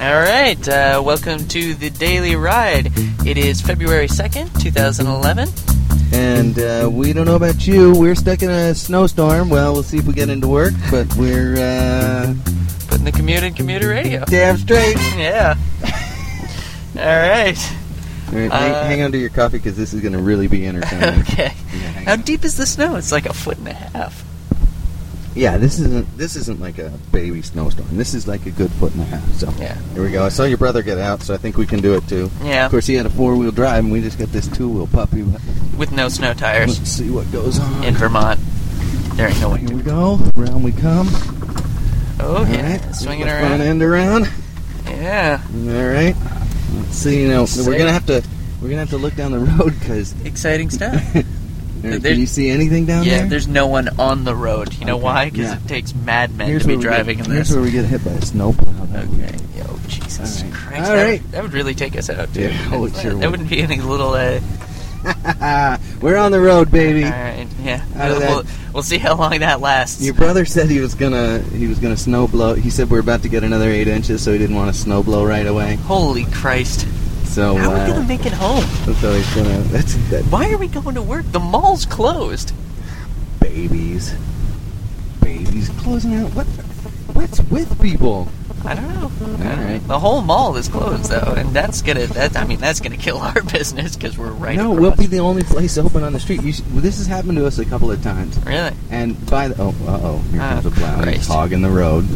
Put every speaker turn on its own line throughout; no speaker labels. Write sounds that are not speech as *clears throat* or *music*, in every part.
All right, uh, welcome to the Daily Ride. It is February 2nd, 2011.
And uh, we don't know about you. We're stuck in a snowstorm. Well, we'll see if we get into work, but we're uh,
Putting the commute in commuter radio.
damn straight. *laughs*
Yeah. All right.
All right, hang,
Uh,
hang on to your coffee because this is going to really be
*laughs*
entertaining.
Okay.
Yeah, hang
How
on.
deep is the snow? It's like a foot and a half.
yeah, this isn't this isn't like a baby snowstorm. This is like a good foot and a half. So
Yeah.
here we go. I saw your brother get out, so I think we can do it too.
Yeah.
Of course, he had a four wheel drive, and we just got this two wheel puppy.
With no snow tires
Let's see what goes on.
in Vermont. There ain't no way.
Here we go. Round we come.
Oh, yeah.
All right.
Swinging
the Front
around.
end around.
Yeah,
All right. Let's see. You know,
Safe.
we're gonna have to we're gonna have to look down the road because
exciting
*laughs*
stuff.
can you see anything down
yeah,
there?
there's no one on the road. You know
Okay,
why? Because
yeah.
it takes madmen
Here's
to be
where we
driving
get,
in this.
Here's where we get hit by a snowplow. That would be-
Okay. Oh, Jesus
All right.
Christ.
All
that,
right.
that would really take us out, dude.
Yeah, oh, it
That-
sure
That
would.
wouldn't be any little, uh...
*laughs* we're on the road, baby.
All right, yeah.
Out of
We'll, we'll see how long that lasts.
Your brother said he was gonna he was gonna snow blow. He said we're about to get another eight inches, so he didn't want to snow blow right away.
Holy Christ.
So
How are
uh,
we gonna make it home?
so he's gonna. That's that
Why are we going to work? The mall's closed.
babies, babies closing out. What what's with people?
I don't know.
All right.
The whole mall is closed though, and that's gonna that I mean that's gonna kill *laughs* our business because we're right.
no,
across.
we'll be the only place open on the street. You should, well, this has happened to us a couple of times.
really.
And by the oh, uh oh, here
Ah,
comes a plow. and It's
Christ.
hogging the road.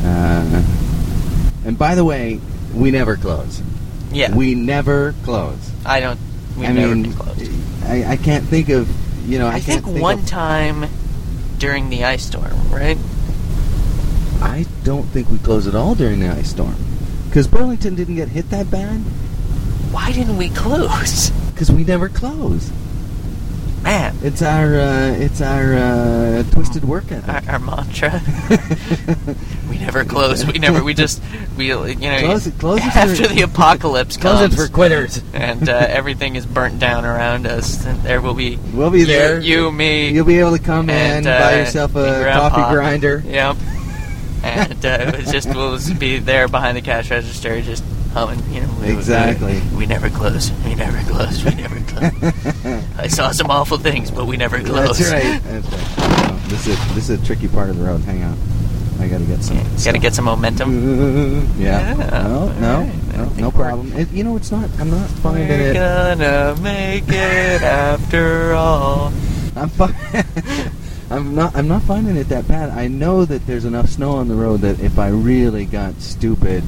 Uh, and by the way, we never close.
Yeah,
We never close.
I don't. We
I
never
mean,
been closed.
I, I can't think of you know. I,
I,
can't
think one time during the ice storm, right?
Of, I don't think we closed at all during the ice storm because Burlington didn't get hit that bad
Why didn't we close?
because we never close.
Man,
It's our uh, it's our uh, twisted work
our,
ethic.
our
*laughs*
mantra. *laughs* We never close. We never. We just. We you know.
Close it- close it for-
after the apocalypse
Close it
comes.
for quitters.
and uh,
*laughs*
everything is burnt down around us. And there will be
We'll be
you-
there.
You, me,
You'll be able to come
and,
in, buy
uh,
yourself a
and Grandpa. *laughs*
coffee grinder.
Yep. And uh, it was just we'll just be there behind the cash register, just humming. You know, we-
Exactly.
We, we never close. We never close. We never
*laughs*
close. I saw some awful things, but we never close. *laughs*
That's right. That's right. Oh, this is this is a tricky part of the road. Hang on, I gotta get some.
Got to get some momentum.
some. *laughs* yeah.
Yeah,
No,
all
no,
right. I
no,
think
no
we're-
problem. It, you know, it's not. I'm not finding
We're
it.
gonna make it after
*laughs*
all.
I'm fi- *laughs*
*laughs*
I'm not. I'm not finding it that bad. I know that there's enough snow on the road that if I really got stupid,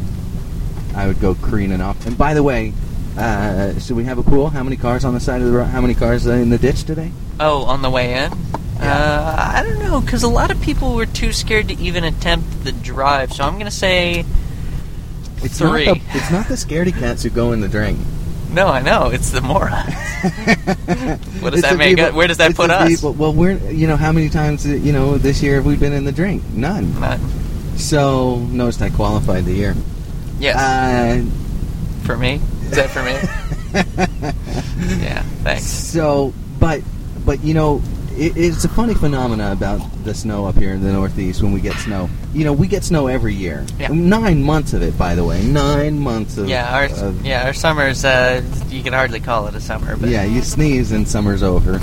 I would go careening off. And by the way, uh, should we have a pool? How many cars on the side of the road? How many cars are in the ditch today?
Oh, on the way in? Uh, I don't know, because a lot of people were too scared to even attempt the drive, so I'm going to say.
It's
Three.
Not the, it's not the scaredy cats who go in the drink.
*laughs*
*laughs*
No, I know, it's the morons.
what
does that make us- where does that put us?
well, we're you know how many times uh, you know this year have we been in the drink? None.
Not,
So noticed I qualified the year.
yes,
Uh,
for me? Is that
*laughs*
for me? yeah, thanks.
So, but but you know, it, it's a funny phenomena about the snow up here in the Northeast when we get snow. You know, we get snow every year.
Yeah.
Nine months of it, by the way. Nine months of
Yeah, our,
of-
yeah, our summer's, uh, you can hardly call it a summer, but.
yeah. You sneeze and summer's over,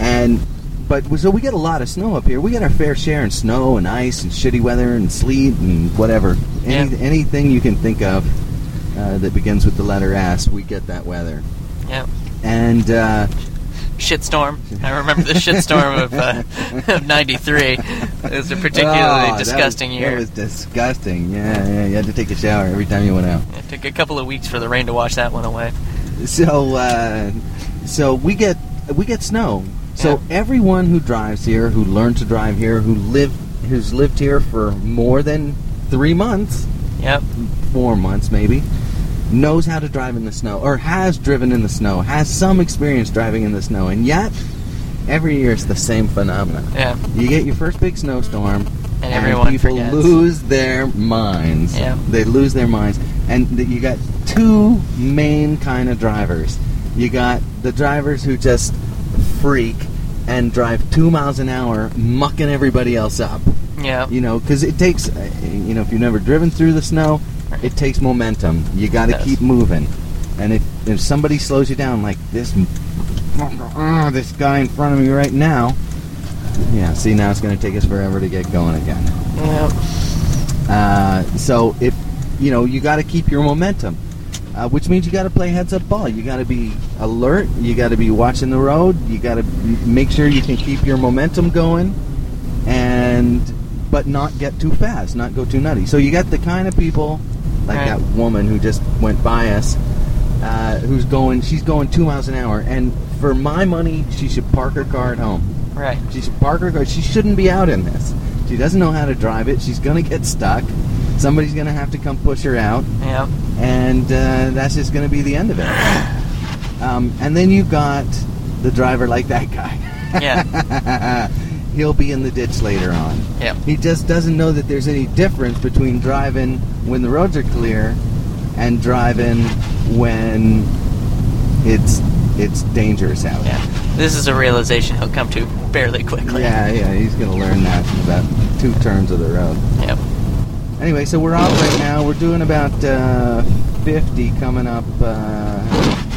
and. But so we get a lot of snow up here. We get our fair share in snow and ice and shitty weather and sleet and whatever. Any,
Yeah.
Anything you can think of uh, that begins with the letter S, we get that weather.
Yeah.
And uh,
Shitstorm. I remember
*laughs*
the shitstorm of, uh, *laughs* of 93. It was a particularly
Oh, that was-
disgusting year.
It was disgusting. Yeah, yeah. You had to take a shower every time you went out.
It took a couple of weeks for the rain to wash that one away.
So, uh, so we get we get snow. So everyone who drives here, who learned to drive here, who lived who's lived here for more than three months,
Yep.
four months maybe, knows how to drive in the snow or has driven in the snow, has some experience driving in the snow, and yet every year it's the same phenomenon.
Yeah.
You get your first big snowstorm,
And everyone
people
forgets.
lose their minds.
Yeah.
They lose their minds, and th- you got two main kind of drivers. You got the drivers who just freak and drive two miles an hour, mucking everybody else up.
Yeah.
You know, because it takes, uh, you know, if you've never driven through the snow, it takes momentum. You got to
Yes.
keep moving. And if, if somebody slows you down, like this, ah, this guy in front of me right now, yeah, see, now it's going to take us forever to get going again.
Yeah.
Uh, so if you know you got to keep your momentum, uh, which means you got to play heads up ball. You got to be alert. You got to be watching the road. You got to make sure you can keep your momentum going, and but not get too fast, not go too nutty. So you got the kind of people like
Right.
that woman who just went by us. Uh, who's going? She's going two miles an hour, and for my money, she should park her car at home.
Right.
She should park her car. She shouldn't be out in this. She doesn't know how to drive it. She's gonna get stuck. Somebody's gonna have to come push her out,
Yeah.
and uh, that's just gonna be the end of it. Um, and then you got the driver like that guy. Yeah. *laughs* He'll be in the ditch later on.
Yeah.
He just doesn't know that there's any difference between driving when the roads are clear and driving when it's it's dangerous out.
Yeah. This is a realization he'll come to fairly quickly.
Yeah, yeah, he's gonna learn that in about two turns of the road.
Yep.
Anyway, so we're out right now. We're doing about uh, 50 coming up. Uh,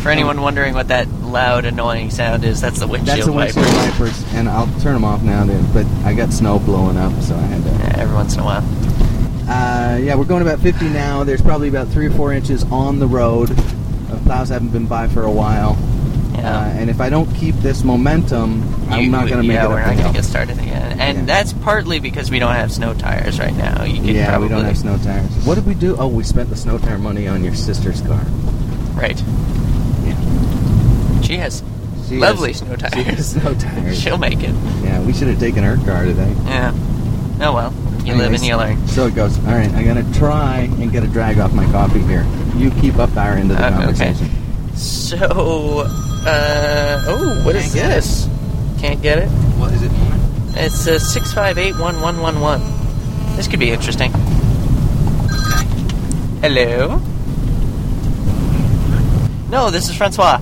For anyone wondering what that loud, annoying sound is, that's the windshield,
that's the windshield
wiper.
wipers, and I'll turn them off now. Then, but I got snow blowing up, so I had to.
Yeah, every once in a while.
Uh, yeah, we're going about 50 now. There's probably about three or four inches on the road. Uh, plows haven't been by for a while,
Yeah.
uh, and if I don't keep this momentum, I'm
You-
not going to make
yeah,
it.
we're
up the
not gonna
hill.
get started again. And
Yeah.
that's partly because we don't have snow tires right now. You could
yeah,
probably
we don't have snow tires. What did we do? Oh, we spent the snow tire money on your sister's car.
Right.
Yeah,
She has
She
lovely
has-
snow
she has
tires.
snow tires.
She'll make it.
Yeah, we should have taken her car today.
Yeah. Oh well. You live
Anyways,
and you learn.
So it goes. All right, I'm gonna try and get a drag off my coffee here. You keep up our end of the
Uh, okay.
conversation.
So, uh, oh, what is
Can't get
this? Can't get it.
What is it?
It's uh, six five eight one one one one. This could be interesting. Hello. No, this is Francois.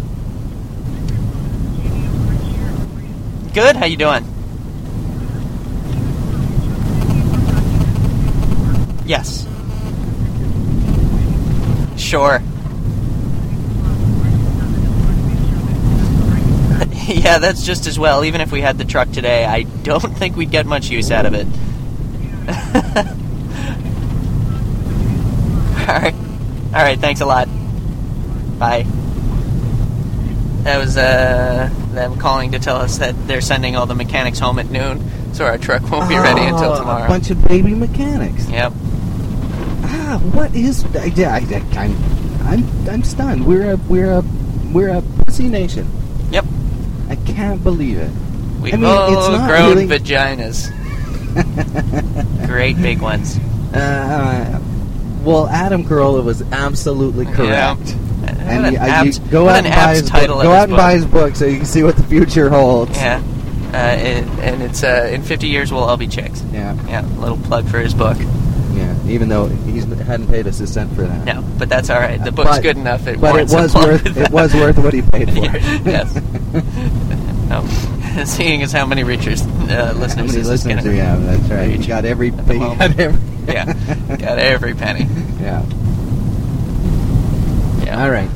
Good. How you doing? Yes. Sure. *laughs* yeah, that's just as well. Even if we had the truck today, I don't think we'd get much use out of it. *laughs* All right. All right, thanks a lot. Bye. That was uh, them calling to tell us that they're sending all the mechanics home at noon, so our truck won't be ready until
Oh, A
tomorrow.
bunch of baby mechanics.
Yep.
Ah, what is? I, I, I, I'm, I'm, I'm stunned. We're a, we're a, we're a pussy nation.
Yep.
I can't believe it. *laughs*
We've
I mean, it's
all
not
grown
really-
vaginas. Great big ones.
Uh, well, Adam Carolla was absolutely *laughs* correct.
And
And you, uh, you go out and buy his book.
title
Go
of
out
his
and
book.
buy his book so you can see what the future holds.
Yeah. Uh, and, and it's uh, in 50 years we'll all be chicks.
Yeah,
Yeah, little plug for his book.
yeah. Even though he hadn't paid us a cent for that. Uh,
No, but that's all right. The book's
But-
good enough. It
But it
warrants a
was
plug.
worth it was worth what he paid for.
*laughs*
*laughs*
yes. Uh, Um, *laughs* seeing as how many reachers, uh, listeners,
How many
this is
listeners
gonna-
do we have? That's right. You got every.
At the
you got
moment.
every-
*laughs* Yeah, got every
*laughs*
penny.
yeah.
Yeah.
All right.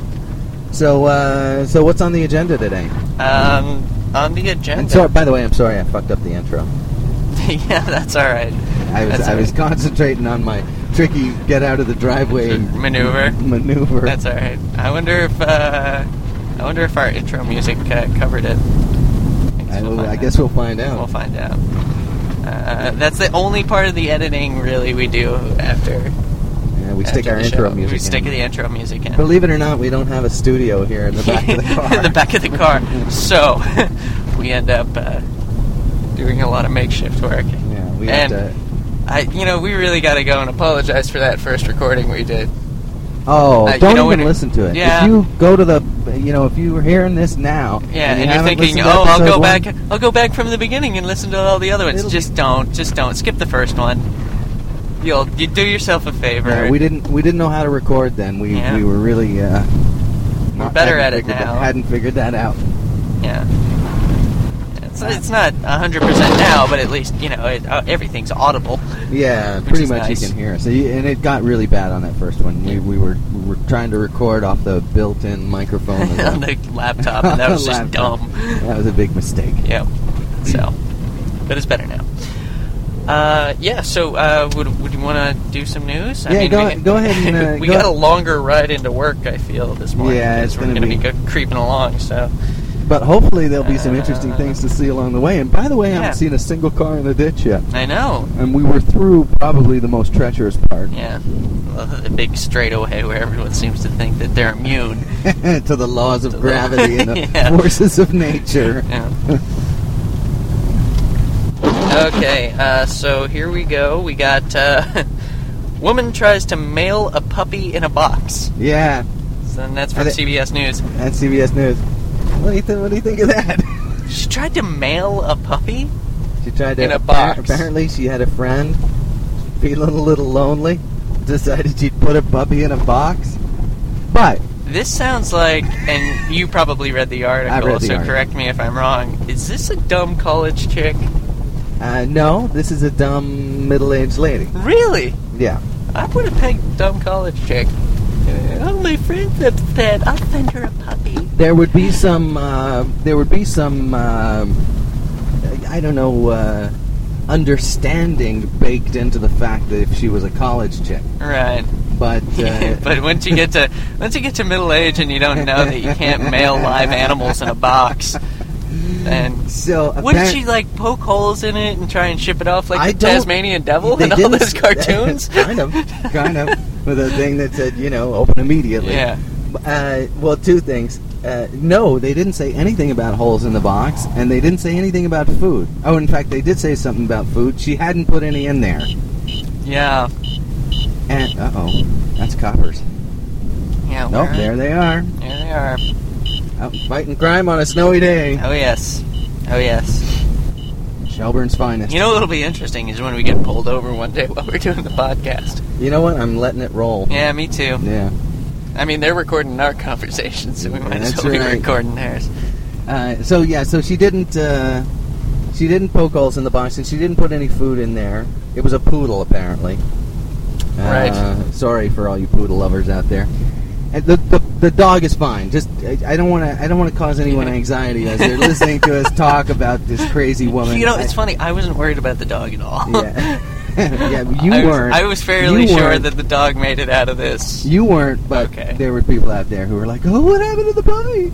So, uh, so what's on the agenda today?
Um, on the agenda.
And so, by the way, I'm sorry I fucked up the intro.
*laughs* yeah, that's all right.
I was
That's
I
all
was *laughs*
right.
concentrating on my tricky get out of the driveway and
Maneuver.
*laughs* maneuver.
That's all right. I wonder if uh, I wonder if our intro music uh, covered it.
I,
we'll find
I
out.
guess we'll find
We'll
out.
find out. Uh, that's the only part of the editing really we do after.
Yeah, we stick
after
our
the
intro
show.
music.
We stick
in.
the intro music in.
Believe it or not, we don't have a studio here in the back
*laughs*
of the car.
In the back of the car. So *laughs* we end up uh, doing a lot of makeshift work.
*laughs* Yeah, we
and
have to.
I, you know, we really got to go and apologize for that first recording we did.
Oh,
Uh, you
don't
know when
even
it-
listen to it.
Yeah.
If you go to the, you know, if you were hearing this now,
Yeah,
you
and, you're
haven't
thinking,
listened to
oh, I'll
episode
go
one,
back. I'll go back from the beginning and listen to all the other ones.
It'll be-
just don't. Just don't. Skip the first one. You'll you do yourself a favor.
Yeah, we didn't we didn't know how to record then. We
Yeah.
we were really uh,
We're
not-
better at
hadn't
it
figured
now.
That, hadn't figured that out.
Yeah. That's it's, it's not 100% now, but at least, you know, it, uh, everything's audible.
Yeah,
Which
pretty
is
much
nice. *laughs*
you can hear us. So you- and it got really bad on that first one. We, we were we were trying to record off the built-in
*laughs*
microphone of
on the laptop, and that was just
*laughs* laptop.
dumb.
That was a big mistake.
Yeah. So, but it's better now. Uh, yeah. So, uh, would would you want to do some news?
Yeah, go- go ahead and, uh,
*laughs* we
go-
got a longer ride into work. I feel this morning.
Yeah,
'cause
it's
we're
gonna
gonna
be-
go- creeping along. So,
But hopefully there'll be some interesting
Uh,
things to see along the way. And by the way, I
yeah.
haven't seen a single car in the ditch yet.
I know.
And we were through probably the most treacherous part
Yeah, Well, the big straightaway where everyone seems to think that they're immune.
*laughs* to the laws
To
of
the- *laughs*
gravity and the
Yeah.
forces of nature.
Yeah. okay, uh, so here we go. We got uh, *laughs* woman tries to mail a puppy in a box.
Yeah,
So, and that's
Are
from
they-
CBS News.
that's CBS News. What do you think? What do you think of that?
She tried to mail a puppy.
She tried to
In a box.
Apparently, she had a friend feeling a little lonely. Decided she'd put a puppy in a box. But
This sounds like, and you probably read the article,
read the
so
article.
correct me if I'm wrong. Is this a dumb college chick?
uh, no, this is a dumb middle-aged lady.
Really?
Yeah,
I would have pegged dumb college chick. Oh, my friend's upset. I'll send her a puppy.
there would be some. Uh, there would be some. um I don't know. Uh, understanding baked into the fact that if she was a college chick,
Right. *laughs*
but uh,
but once you get to once you get to middle age and you don't know that you can't mail live animals in a
*laughs*
box, then
so
Wouldn't
apparent-
she like poke holes in it and try and ship it off like
I
the
don't-
Tasmanian Devil
They
and all
didn't- *laughs*
those cartoons?
kind of, kind of, with a thing that said, you know, open immediately.
Yeah.
Uh, well, two things. Uh, no, they didn't say anything about holes in the box, and they didn't say anything about food. Oh, in fact, they did say something about food. She hadn't put any in there.
Yeah.
And uh oh, that's coppers.
Yeah.
Nope,
where-
there they are,
There they are.
out fighting crime on a snowy day.
Oh yes. Oh yes.
Shelburne's finest.
You know what'll be interesting is when we get pulled over one day while we're doing the podcast.
You know what? I'm letting it roll.
Yeah, me too.
Yeah.
I mean, they're recording our conversations, so we might as
That's
well
right.
be recording theirs.
Uh, so yeah, so she didn't uh, she didn't poke holes in the box, and she didn't put any food in there. It was a poodle, apparently.
Right.
Uh, sorry for all you poodle lovers out there. And the, the, the dog is fine. Just I, I don't want to I don't want to cause
*laughs*
anyone anxiety as they're listening to us talk about this crazy woman.
you know, it's
I-
funny. I wasn't worried about the dog at *laughs* all.
Yeah. *laughs* yeah, but you
I was,
weren't.
I was fairly
You
sure
weren't.
that the dog made it out of this.
You weren't, but
Okay.
there were people out there who were like, "Oh, what happened to the puppy?"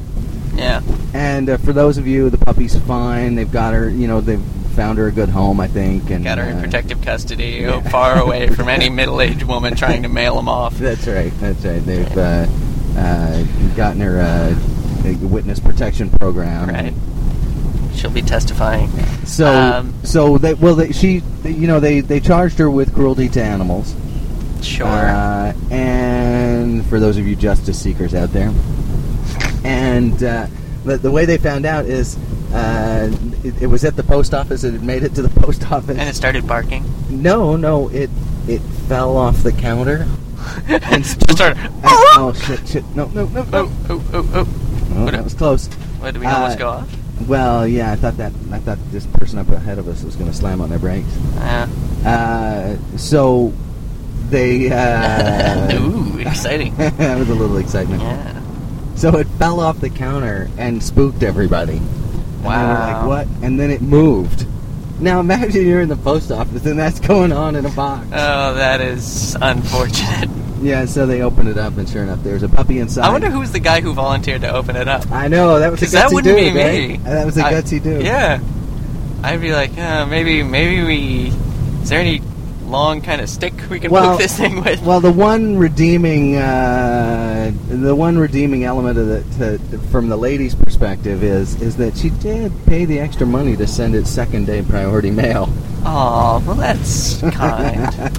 Yeah.
And uh, for those of you, the puppy's fine. They've got her, you know, they've found her a good home, I think. And
Got her in
uh,
protective custody, oh,
yeah.
far away from
*laughs*
any middle-aged woman trying to mail them off.
That's right. That's right. They've uh, uh, gotten her uh, a witness protection program.
Right. She'll be testifying.
So,
Um,
so they well, they, she, you know, they they charged her with cruelty to animals.
Sure.
Uh, and for those of you justice seekers out there, and uh, the, the way they found out is. Uh, it, it was at the post office. It had made it to the *laughs* post office.
and it started barking.
No, no, it it fell off the counter.
*laughs* And started.
I- oh shit, shit! No, no, no,
Oh,
no!
oh, oh, oh.
Oh, that was close.
What, did we almost
Uh,
go off?
Well, yeah, I thought that I thought this person up ahead of us was going to slam on their brakes.
Uh,
Uh, so they.
*laughs*
Uh,
Ooh, exciting.
*laughs* that was a little excitement.
Yeah.
So it fell off the counter and spooked
Wow.
everybody. And they were like, what? And then it moved. Now imagine you're in the post office and that's *laughs* going on in a box.
Oh, that is unfortunate.
Yeah, so they opened it up, and sure enough, there was a puppy inside.
I wonder who was the guy who volunteered to open it up.
I know that was a
'Cause
gutsy
that wouldn't
dude,
be
right?
me.
That was a
I-
gutsy dude.
Yeah. I'd be like, uh, maybe, maybe we. Is there any long kind of stick we can
Well-
poke this thing with?
Well, the one redeeming, uh, the one redeeming element of the to, from the lady's perspective is is that she did pay the extra money to send it second day priority mail.
Aw, well, that's
*laughs*
kind.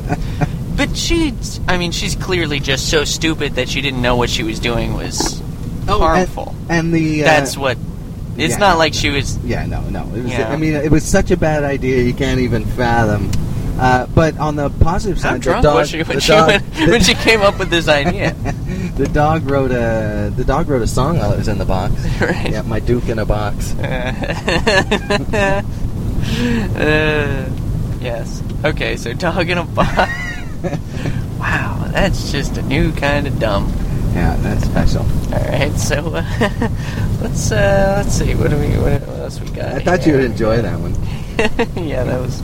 but she, I mean, she's clearly just so stupid that she didn't know what she was doing was harmful.
Oh, And the uh,
That's what. It's
yeah.
not like she was. *laughs*
Yeah, no, no. It was,
Yeah.
I mean, it was such a bad idea you can't even fathom. Uh, but on the positive side,
How
the
drunk
dog,
was she when
the
she
dog-
went, *laughs*
the-
when she came up with this idea?
*laughs* the dog wrote a the dog wrote a song while it was in
*laughs*
the box.
right.
Yeah, my Duke in a box. *laughs*
Uh, uh, yes. Okay, so dog in a box. *laughs* wow, that's just a new kind of dumb.
Yeah, that's special.
All right, so *laughs* uh, let's uh, let's see. What do we? What else we got?
I thought you would
here?
enjoy that one.
*laughs* yeah, that was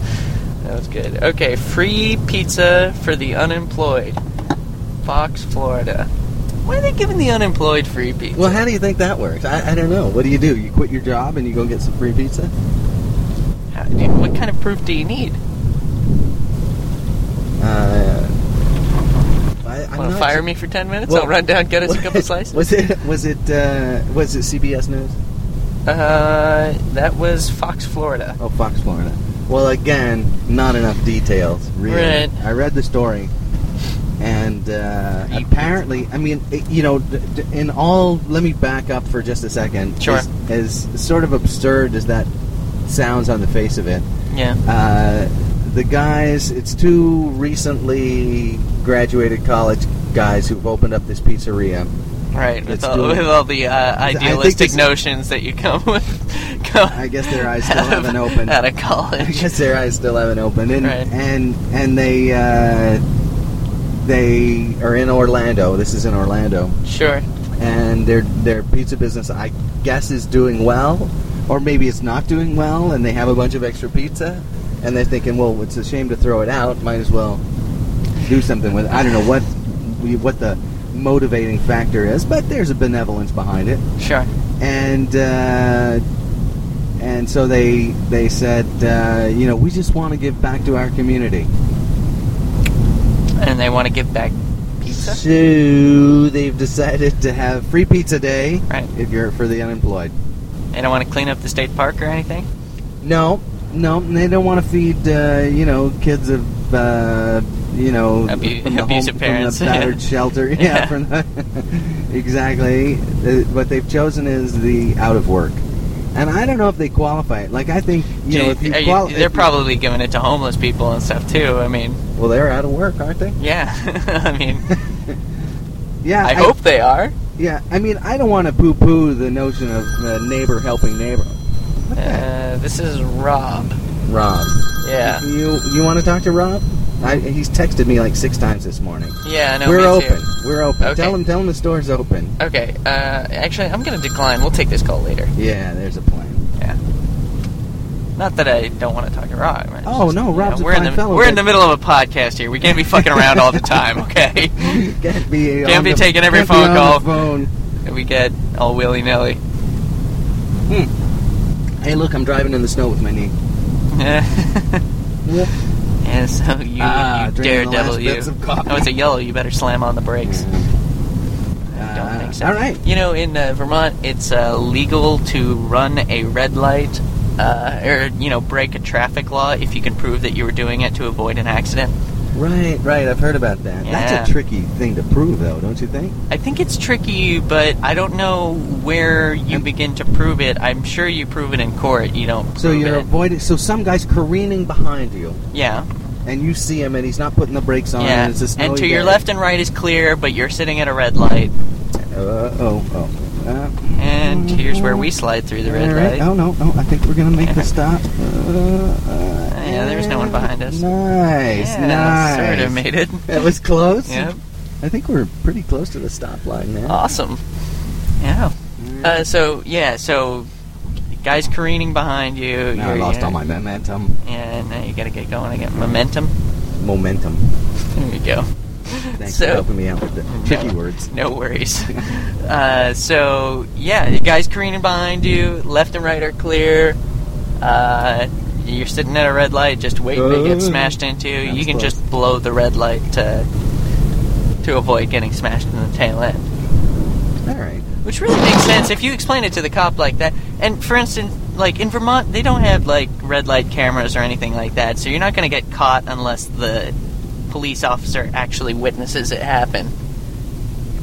that was good. Okay, free pizza for the unemployed. Fox, Florida. Why are they giving the unemployed free pizza?
Well, how do you think that works? I, I don't know. What do you do? You quit your job and you go get some free pizza?
How- do you- what kind of proof do you need?
Uh, I, I'm
Want to
not
fire
su-
me for ten minutes?
Well,
I'll run down, get us
*laughs*
a couple slices.
Was it was it uh, was it CBS News?
Uh, that was Fox, Florida.
Oh, Fox Florida. Well, again, not enough details. Really,
Right.
I read the story, and uh,
Free
apparently, I mean, it, you know, d- d- in all, let me back up for just a second.
Sure.
As, as sort of absurd as that sounds on the face of it,
Yeah.
uh, the guys, it's two recently graduated college guys who've opened up this pizzeria.
Right. With
Let's
all,
do it.
with all the uh,
think
idealistic
this-
notions that you come with. come
I guess their eyes still
out of-
haven't opened.
Out of
*laughs* I
college.
guess their eyes still haven't opened, and
Right.
and and they uh, they are in Orlando. This is in Orlando,
Sure.
and their their pizza business, I guess, is doing well, or maybe it's not doing well, and they have a bunch of extra pizza, and they're thinking, well, it's a shame to throw it out. Might as well do something with it. I don't know what we- what the motivating factor is, but there's a benevolence behind it
Sure.
and uh, and so they they said, uh, you know, we just want to give back to our community.
And they want to give back pizza.
So they've decided to have free pizza day
Right.
if you're for the unemployed.
They don't want to clean up the state park or anything.
No, no, they don't want to feed uh, you know kids of. Uh, you know,
Abu-
from the
abusive
home,
parents. *laughs*
from the battered shelter. Yeah,
Yeah.
from the, *laughs* exactly. Uh, What they've chosen is the out of work, and I don't know if they qualify it. Like I think, you know, if you,
Are you-
quali-
they're
if you-
probably giving it to homeless people and stuff too. I mean,
Well, they're out of work, aren't they?
yeah. *laughs* I mean,
*laughs* Yeah.
I hope they are.
Yeah. I mean, I don't want to poo-poo the notion of uh, neighbor helping neighbor. What the heck?
Uh, this is Rob.
Rob. *laughs*
Yeah.
You you want to talk to Rob? I, he's texted me like six times this morning.
Yeah. No.
We're
me too.
open. We're open.
Okay.
Tell him. Tell him the store's open.
Okay. Uh, actually, I'm gonna decline. We'll take this call later.
Yeah. There's a plan.
Yeah. Not that I don't want to talk to Rob. Right? It's
Oh, no,
you
Rob's a
we're in
fine
the,
fellow,
We're
but-
in the middle of a podcast here. We can't be fucking around all the
*laughs*
time, okay?
can't be.
Can't
on
be
the-
taking every
can't be
phone
on
call.
The phone.
we get all willy *laughs* nilly.
Hmm. Hey, look! I'm driving in the snow with my knee.
yeah,
Whoop.
so you,
Ah,
you
drinking the
daredevil,
last
you.
bits of coffee.
Oh, it's a yellow. You better slam on the brakes. I don't
Uh,
think so.
All right.
You know, in uh, Vermont, it's uh, legal to run a red light uh, or, you know, break a traffic law if you can prove that you were doing it to avoid an accident.
Right. Right. I've heard about that. That's
Yeah.
a tricky thing to prove, though, don't you think?
I think it's tricky, but I don't know where you begin to prove it. I'm sure you prove it in court. You don't.
So
prove
you're
it.
avoiding. So some guy's careening behind you,
yeah,
and you see him, and he's not putting the brakes on.
yeah.
And, it's a snowy
And to
day.
your left and right is clear, but you're sitting at a red light.
Uh, oh, oh. Uh,
And here's where we slide through the red
all right.
light.
Oh no, no! I think we're gonna
*laughs*
make the stop. Uh, uh,
Yeah, there was no one behind us.
Nice,
yeah,
nice.
Sort of made it.
That was close.
Yeah,
I think we're pretty close to the stop line now.
awesome. Yeah. Uh, so yeah, so guys careening behind you.
now I
you're-
lost
you're-
all my momentum.
Yeah, now you gotta get going again. Momentum.
Momentum.
There you go.
Thanks
So-
for helping me out with the tricky
No.
words.
No worries. *laughs* uh, so yeah, you guys careening behind you, left and right are clear. Uh, you're sitting at a red light, just waiting to
Uh,
get smashed into.
that
You
was
can
close.
just blow the red light to to avoid getting smashed in the tail end,
All right.
which really makes sense if you explain it to the cop like that. And for instance, like in Vermont, they don't have like red light cameras or anything like that, so you're not going to get caught unless the police officer actually witnesses it happen.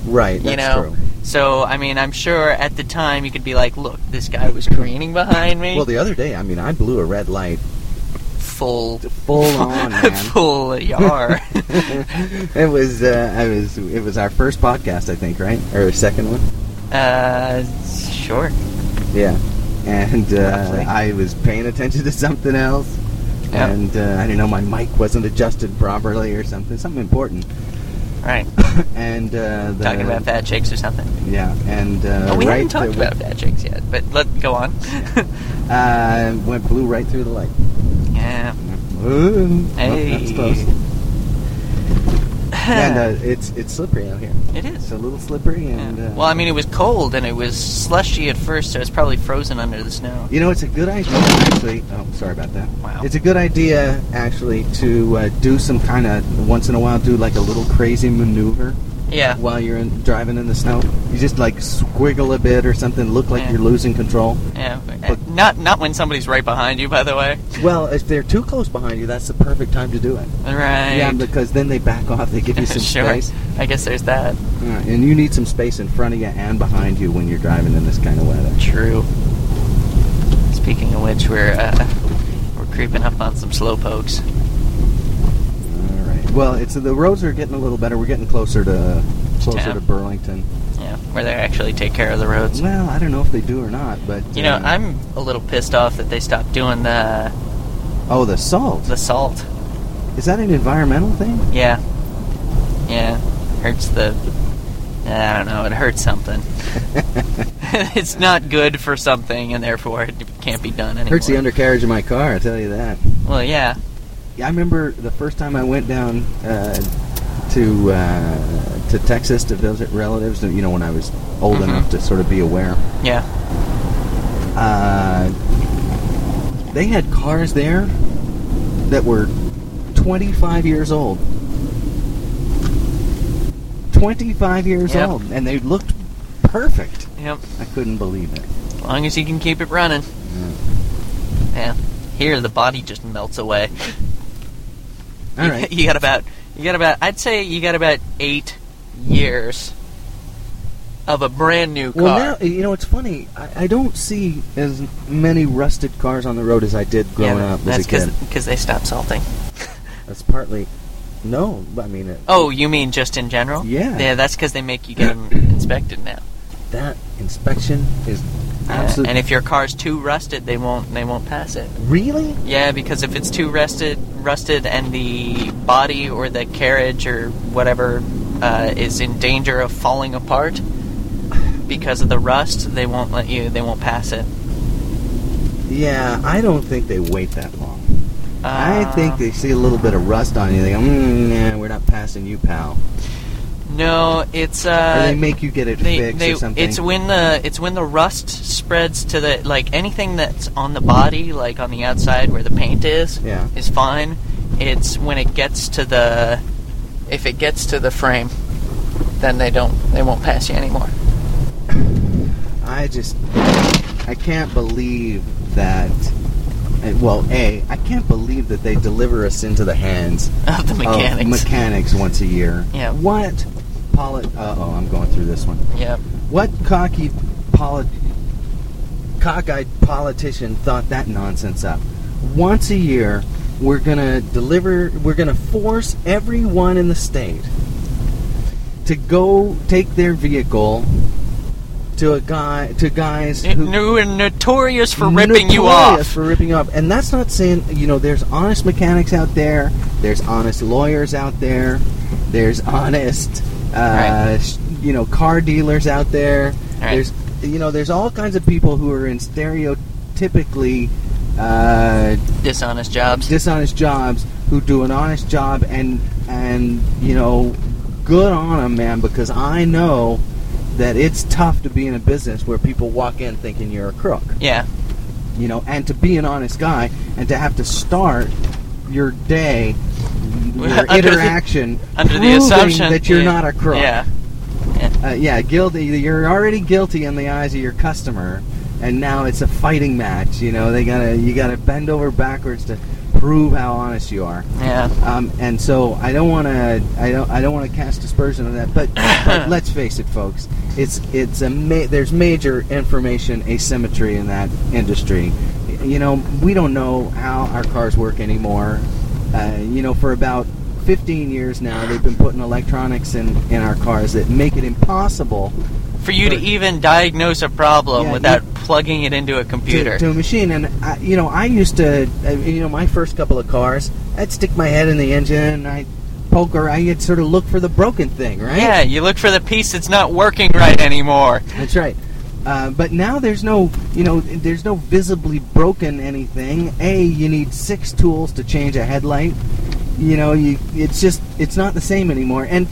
Right. That's
you know.
true.
So I mean, I'm sure at the time you could be like, "Look, this guy was careening behind me
Well, the other day, I mean, I blew a red light
full *laughs*
Full on, man.
full yar.
*laughs* it was uh, I was it was our first podcast I think right or second one
uh, sure.
yeah and uh,
Roughly.
I was paying attention to something else
Yeah.
and uh, I didn't know my mic wasn't adjusted properly or something something important
Right.
and uh, the,
Talking about fat chicks or something.
yeah and uh,
No, we
right
haven't talked
the-
about fat chicks yet, but let go on. *laughs*
uh, went blue right through the light *laughs*
yeah.
Ooh,
Hey.
that's close. and uh, it's it's slippery out here
it is.
it's a little slippery
Yeah.
and uh,
Well, I mean, it was cold and it was slushy at first, so it's probably frozen under the snow.
You know, it's a good idea actually. Oh, sorry about that.
Wow.
It's a good idea actually to uh, do some kind of once in a while do like a little crazy maneuver
Yeah.
while you're in, driving in the snow. You just like squiggle a bit or something, look like
Yeah.
you're losing control.
Yeah.
But-
Not not when somebody's right behind you, by the way.
Well, if they're too close behind you, that's the perfect time to do it.
Right.
Yeah, because then they back off. They
*laughs*
give you some
sure.
space,
I guess there's that.
Yeah, and you need some space in front of you and behind you when you're driving in this kind of weather.
True. Speaking of which, we're uh, we're creeping up on some slow pokes.
All right. Well, it's the roads are getting a little better. We're getting closer to closer
Town.
to Burlington.
Yeah, where they actually take care of the roads.
Well, I don't know if they do or not, but
You know,
uh,
I'm a little pissed off that they stopped doing the
Oh, the salt
the salt.
is that an environmental thing?
*laughs* Yeah, yeah, hurts the. I don't know. It hurts something. *laughs* it's not good for something, and therefore it can't be done anymore.
Hurts the undercarriage of my car. I tell you that.
Well, yeah,
Yeah, I remember the first time I went down uh, to uh, to Texas to visit relatives. You know, when I was old
Mhm.
enough to sort of be aware.
yeah,
Uh, they had cars there that were 25 years old. 25 years
Yep.
old, and they looked perfect.
yep.
I couldn't believe it.
As long as you can keep it running. Yeah. Here, the body just melts away. *laughs*
All
You- *laughs*
right.
You got about you got about I'd say you got about eight years of a brand new car.
Well, now you know it's funny. I, I don't see as many rusted cars on the road as I did growing
yeah,
up
that's
as a kid.
because they stopped salting.
That's partly. No, I mean it,
Oh, you mean just in general?
Yeah.
Yeah, that's because they make you get
*clears throat*
them inspected now.
that inspection is
Yeah, Uh,
absolutely.
And if your car's too rusted, they won't they won't pass it.
really,
Yeah, because if it's too rusted rusted and the body or the carriage or whatever uh, is in danger of falling apart because of the rust, they won't let you. They won't pass it.
yeah, I don't think they wait that long. I
Uh,
think they see a little bit of rust on you. They go, mm, nah, we're not passing you, pal.
No, it's uh.
or they make you get it fixed or something.
It's when the it's when the rust spreads to the like anything that's on the body, like on the outside where the paint is,
Yeah.
is fine. It's when it gets to the if it gets to the frame, then they don't they won't pass you anymore. *laughs*
I just, I can't believe that. uh, Well, a, I can't believe that they deliver us into the hands
Of the
of
mechanics.
mechanics once a year.
Yeah.
What polit? Uh oh, I'm going through this one.
yep.
What cocky polit? Cockeyed politician thought that nonsense up. Once a year, we're gonna deliver. We're gonna force everyone in the state to go take their vehicle to a guy to guys
N-
who
Who are notorious for ripping you off.
Notorious For ripping you off, and that's not saying you know. There's honest mechanics out there. There's honest lawyers out there. There's honest, uh,
Right.
sh- you know, car dealers out there.
Right.
There's you know, there's all kinds of people who are in stereotypically uh,
Dishonest jobs.
dishonest jobs who do an honest job, and and you know, good on them, man. Because I know that it's tough to be in a business where people walk in thinking you're a crook
yeah.
you know, and to be an honest guy and to have to start your day, your
Under the-
interaction
Under the
proving
assumption
that you're
yeah,
not a crook.
Yeah.
Uh, yeah, guilty. You're already guilty in the eyes of your customer, and now it's a fighting match. You know, they gotta you gotta bend over backwards to prove how honest you are.
Yeah.
Um, and so I don't want to I don't I don't want to cast dispersion on that, but, but let's face it, folks. It's it's a ma- there's major information asymmetry in that industry. you know, we don't know how our cars work anymore. Uh, you know, for about 15 years now, they've been putting electronics in, in our cars that make it impossible
For you to
Sure.
even diagnose a problem
Yeah,
without plugging it into a computer.
To, to a machine, and I, you know, I used to, I mean, you know, my first couple of cars, I'd stick my head in the engine and I poke or I'd sort of look for the broken thing, right?
Yeah, you look for the piece that's not working right anymore.
that's right. Uh, but now there's no, you know, there's no visibly broken anything. A, you need six tools to change a headlight. You know, you it's just it's not the same anymore. And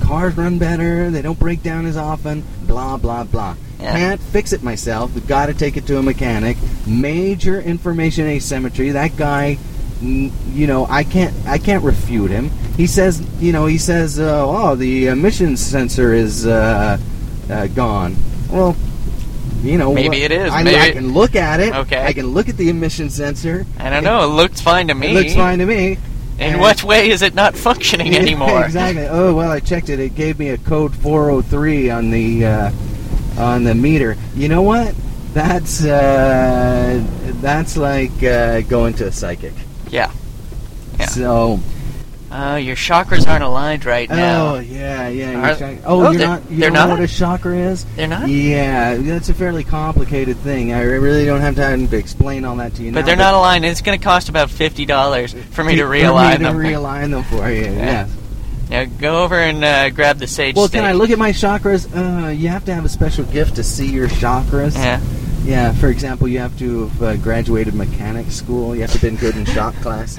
cars run better; they don't break down as often. Blah blah blah.
Yeah.
Can't fix it myself. Got to take it to a mechanic. Major information asymmetry. That guy, n- you know, I can't I can't refute him. He says, you know, he says, uh, oh, the emission sensor is uh, uh, gone. Well, you know,
Maybe
what-
it is.
I,
Maybe-
I can look at it.
Okay.
I can look at the emission sensor.
I don't know. It looked fine to me.
It looks fine to
*laughs*
me.
In
And-
what way is it not functioning
*laughs* Yeah,
anymore?
exactly. Oh well, I checked it. It gave me a code 403 on the uh, on the meter. You know what? That's uh, that's like uh, going to a psychic.
Yeah. Yeah.
So.
Oh, your chakras aren't aligned right now.
Oh yeah, yeah.
Are-
you're shock- oh,
oh,
you're
they're-
not. You
they're
don't
not?
know what a chakra is?
They're not?
Yeah, that's a fairly complicated thing. I really don't have time to explain all that to you.
But
now,
they're not aligned. It's going to cost about $50 for me to
for
realign
me to
them.
realign them for you.
Yeah.
Yeah.
Now go over and uh, grab the sage
Well,
steak.
can I look at my chakras? Uh, you have to have a special gift to see your chakras.
Yeah.
Yeah, for example, you have to have uh, graduated mechanic school. You have to have been good in shop
*laughs*
class.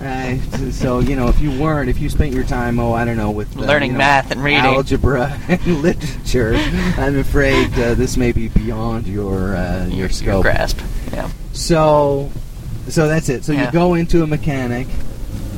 Uh, so you know, if you weren't, if you spent your time, oh, I don't know, with uh,
Learning
you know,
math and reading.
algebra, *laughs* and literature, I'm afraid uh, this may be beyond your uh, your scope.
grasp. Yeah.
so, so that's it. So
Yeah.
you go into a mechanic,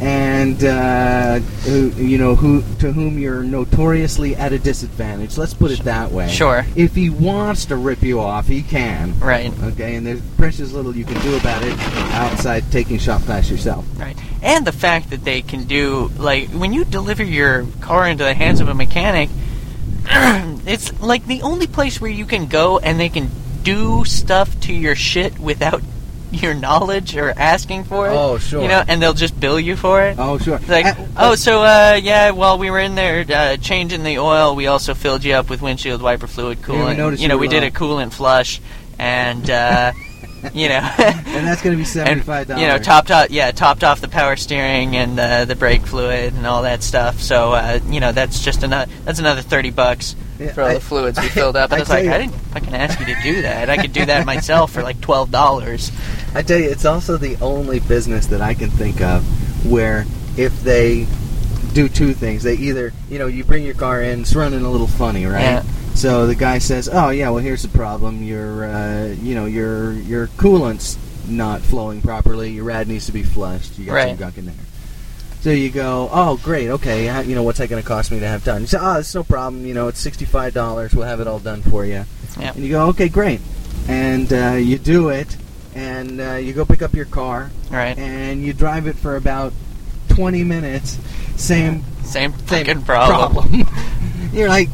and uh, who, you know who to whom you're notoriously at a disadvantage. Let's put it that way.
Sure.
If he wants to rip you off, he can.
Right.
Okay, and there's precious little you can do about it outside taking shop class yourself.
Right. And the fact that they can do like when you deliver your car into the hands of a mechanic, *clears throat* it's like the only place where you can go and they can do stuff to your shit without *laughs* your knowledge or asking for it.
Oh, sure.
You know, and they'll just bill you for it.
Oh, sure.
It's Like,
Uh,
oh, so uh, yeah. While we were in there uh, changing the oil, we also filled you up with windshield wiper fluid
we
coolant.
noticed
you know,
you
we
were uh,
did
low.
a coolant flush, and
*laughs*
uh, you know,
and that's going to be seventy-five
and,
dollars.
you know, topped off, yeah, topped off the power steering and the the brake fluid and all that stuff. So uh, you know, that's just another that's another thirty bucks
Yeah,
for all
I-
the fluids we filled up. And
*laughs* I
I was like,
tell you-
I didn't fucking ask you to do that. I could do that myself for like twelve dollars.
I tell you, it's also the only business that I can think of where if they do two things, they either, you know, you bring your car in, it's running a little funny, right?
Yeah.
So the guy says, "Oh yeah, well here's the problem. Your, uh, you know, your your coolant's not flowing properly. Your rad needs to be flushed. You got some
Right.
gunk in there." So you go, "Oh great, okay. how- You know what's that going to cost me to have done?" You say, "Oh, it's no problem. You know, it's sixty-five dollars. We'll have it all done for you."
Yep.
And you go, "Okay, great." And uh, you do it, and uh, you go pick up your car,
Right.
and you drive it for about twenty minutes. Same
Same
same
fucking problem.
*laughs* You're like,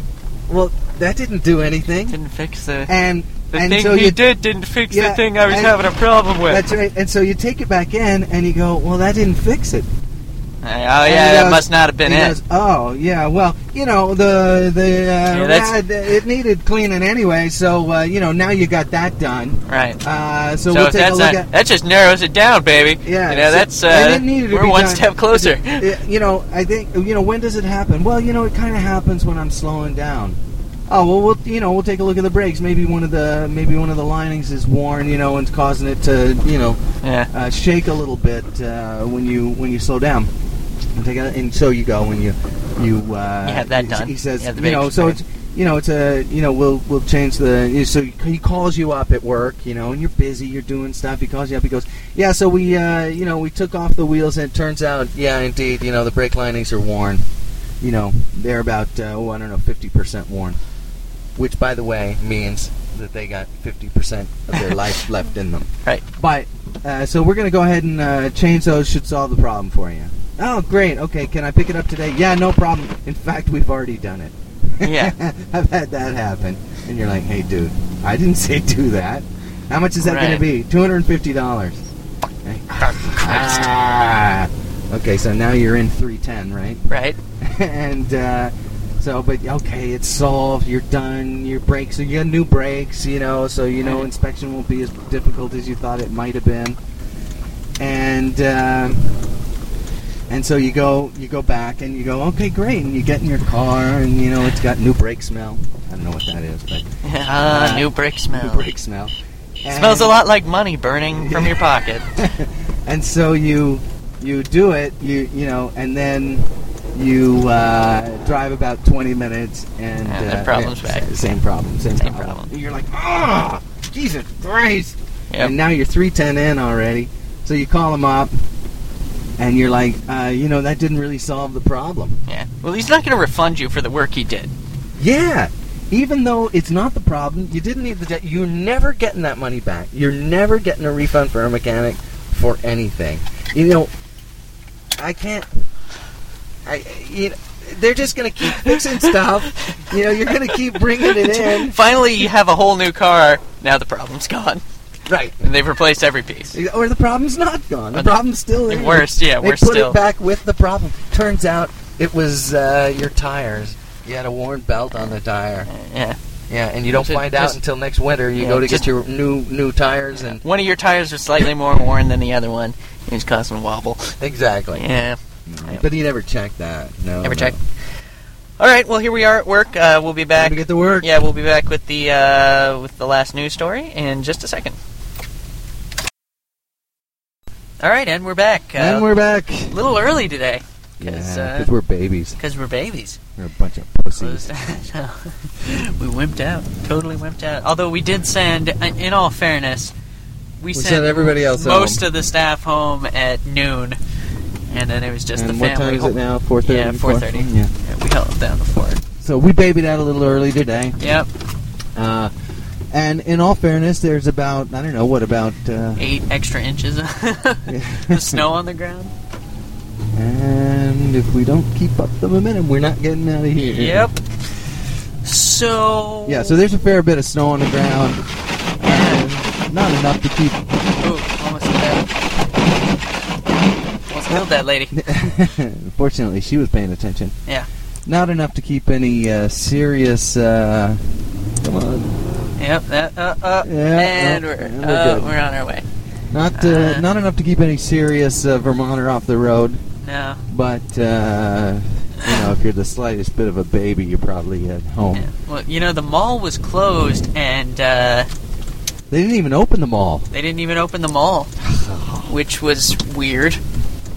well, that didn't do anything.
Didn't fix the
And
The
and
thing
so
he
you
did didn't fix
Yeah,
the thing I was
and-
having a problem with.
That's right. And so you take it back in, and you go, well, that didn't fix it.
Uh, oh yeah, that must not have been
he
it.
goes, oh yeah, well, you know the the uh,
that's-
rad, it needed cleaning anyway. So uh, you know now you got that done.
right.
Uh, so,
so
we'll
if
take a
that's
look
not,
at.
that just narrows it down, baby.
Yeah,
You know,
so
that's
they
uh,
didn't need it to
we're
be
one
done.
step closer.
Uh, you know, I think you know when does it happen? Well, you know, it kind of happens when I'm slowing down. Oh well, we'll you know we'll take a look at the brakes. Maybe one of the maybe one of the linings is worn, you know, and it's causing it to you know
*laughs* yeah.
uh, shake a little bit uh, when you when you slow down. And, take a, and so you go when you you. Uh,
You have that
he-
done.
He says,
You have the
you, know,
brakes
so
done.
it's you know it's a you know we'll we'll change the. You so he calls you up at work, you know, and you're busy, you're doing stuff. He calls you up. He goes, yeah. So we uh, you know we took off the wheels, and it turns out, yeah, indeed, you know the brake linings are worn. You know they're about uh, oh I don't know fifty percent worn, which by the way means that they got fifty percent of
*laughs*
their life left in them.
Right.
But uh, so we're gonna go ahead and uh, change those. Should solve the problem for you. Oh, great. Okay, can I pick it up today? Yeah, no problem. In fact, we've already done it.
Yeah.
*laughs* *laughs* I've had that happen, and you're like, "Hey, dude, I didn't say do that." How much is that going
Right.
to be? Two hundred and fifty dollars.
*laughs* Christ.
Ah. Okay, so now you're in three ten, right?
Right?
*laughs* and uh, so, but okay, it's solved. You're done. Your brakes, you got new brakes, you know, so you know
Right.
inspection won't be as difficult as you thought it might have been. And um and so you go, you go back, and you go, okay, great. And you get in your car, and you know it's got new brake smell. I don't know what that is, but
Ah, new brick
new
smell.
brake smell.
Smells a
And-
lot like money burning from your pocket.
*laughs* and so you you do it you you know and then you uh, drive about 20 minutes and
And the
uh,
problem's
yeah,
back.
sa- same problem same,
Same
problem.
problem.
And you're like oh jesus christ
Yep.
and now you're 310 in already so you call them up and you're like uh, you know that didn't really solve the problem
Yeah. Well, he's not going to refund you for the work he did.
yeah even though it's not the problem you didn't need the debt you're never getting that money back you're never getting a refund for a mechanic for anything you know I can't. I you know, they're just gonna keep fixing stuff. You know, you're gonna keep bringing it
*laughs*
in.
Finally, you have a whole new car. Now the problem's gone.
Right.
And they've replaced every piece.
Or the problem's not gone. The
Or the-
problem's still there.
Worse, yeah,
They
we're
put
still.
it back with the problem. Turns out it was uh, your tires. You had a worn belt on the tire.
Yeah.
Yeah, and you don't
Just-
find out
just-
until next winter. You
Yeah,
go to
just-
get your new new tires and
One of your tires was slightly more worn than the other one. It was causing wobble.
exactly.
Yeah.
But you never check that. No.
Never
no.
check. All right. Well, here we are at work. Uh, we'll be
Time
back.
to get to work.
Yeah, we'll be back with the uh, with the last news story in just a second. All right, and we're back. Uh,
And we're back.
a little early today
Yeah,
'Cause, uh,
because we're babies.
because we're babies.
We're a bunch of
we *laughs*
pussies.
wimped out, totally wimped out. Although we did send, in all fairness, we,
We sent everybody else
most
home.
of the staff home at noon, and then it was just
and
the
what time
family.
is it now? Four thirty.
Yeah, 4:30.
Yeah.
Yeah, we held it down before.
So we babied out a little early today.
Yep,
Uh, and in all fairness, there's about I don't know what about uh,
eight extra inches *laughs*
*laughs*
of snow on *laughs* the ground.
and if we don't keep up the momentum, we're not getting out of here.
Yep. So.
Yeah. So there's a fair bit of snow on the ground. And not enough to keep.
Oh, almost hit that. Almost killed that lady.
*laughs* Fortunately, she was paying attention.
Yeah.
Not enough to keep any uh, serious. Uh, come on.
Yep. That. Uh. Uh.
Yeah,
and
uh,
we're.
and we're
uh,
good.
we're on our way.
Not uh,
Uh.
not enough to keep any serious uh, Vermonter off the road.
No.
But uh, you know, if you're the slightest bit of a baby, you're probably at home.
Yeah. Well, you know, the mall was closed, and uh,
They didn't even open the mall. *laughs*
they didn't even open the mall, which was weird.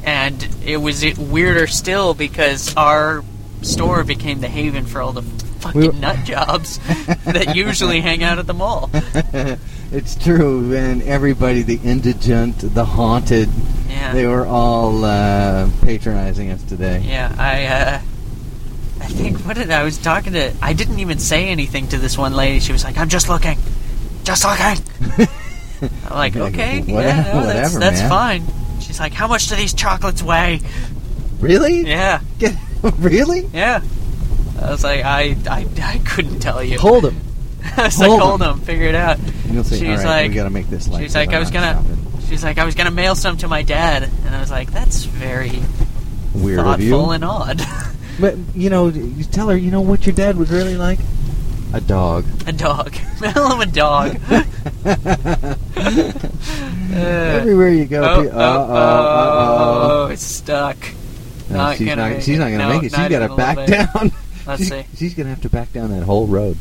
And it was it weirder still because our store became the haven for all the fucking
We were-
nut jobs *laughs* that usually hang out at the mall.
it's true, and everybody, the indigent, the haunted,
Yeah.
they were all uh, patronizing us today.
Yeah, I uh, I think what did I was talking to I didn't even say anything to this one lady. She was like, "I'm just looking. Just looking." I'm like,
Like,
"Okay,
whatever-
yeah, no, that's
whatever,
that's
man."
fine." She's like, "How much do these chocolates
*laughs*
weigh?"
*laughs* Really?
Yeah,
Get- *laughs* really?
yeah. I was like, "I I, I couldn't tell you."
Hold them.
*laughs* I was
hold
like, "Hold them, figure it out."
You'll see.
She's
all right,
like-
we gotta make this. light
she's like,
because
I was
I'm
gonna-
stopping.
She's like, "I was gonna mail some to my dad," and I was like, "That's very
Weird of you.
thoughtful and odd." *laughs*
but you know, you tell her. You know what your dad would really like? A dog.
a dog, mail him a *laughs* dog. Uh,
*laughs* Everywhere you go,
Oh,
pe-
oh,
uh, uh, uh, uh.
oh, it's stuck.
No,
Not
she's,
gonna
not,
make
she's
it.
not gonna
No,
make it. She's
not
gotta
even a little
back
bit.
down.
Let's
she's,
see.
She's gonna have to back down that whole road.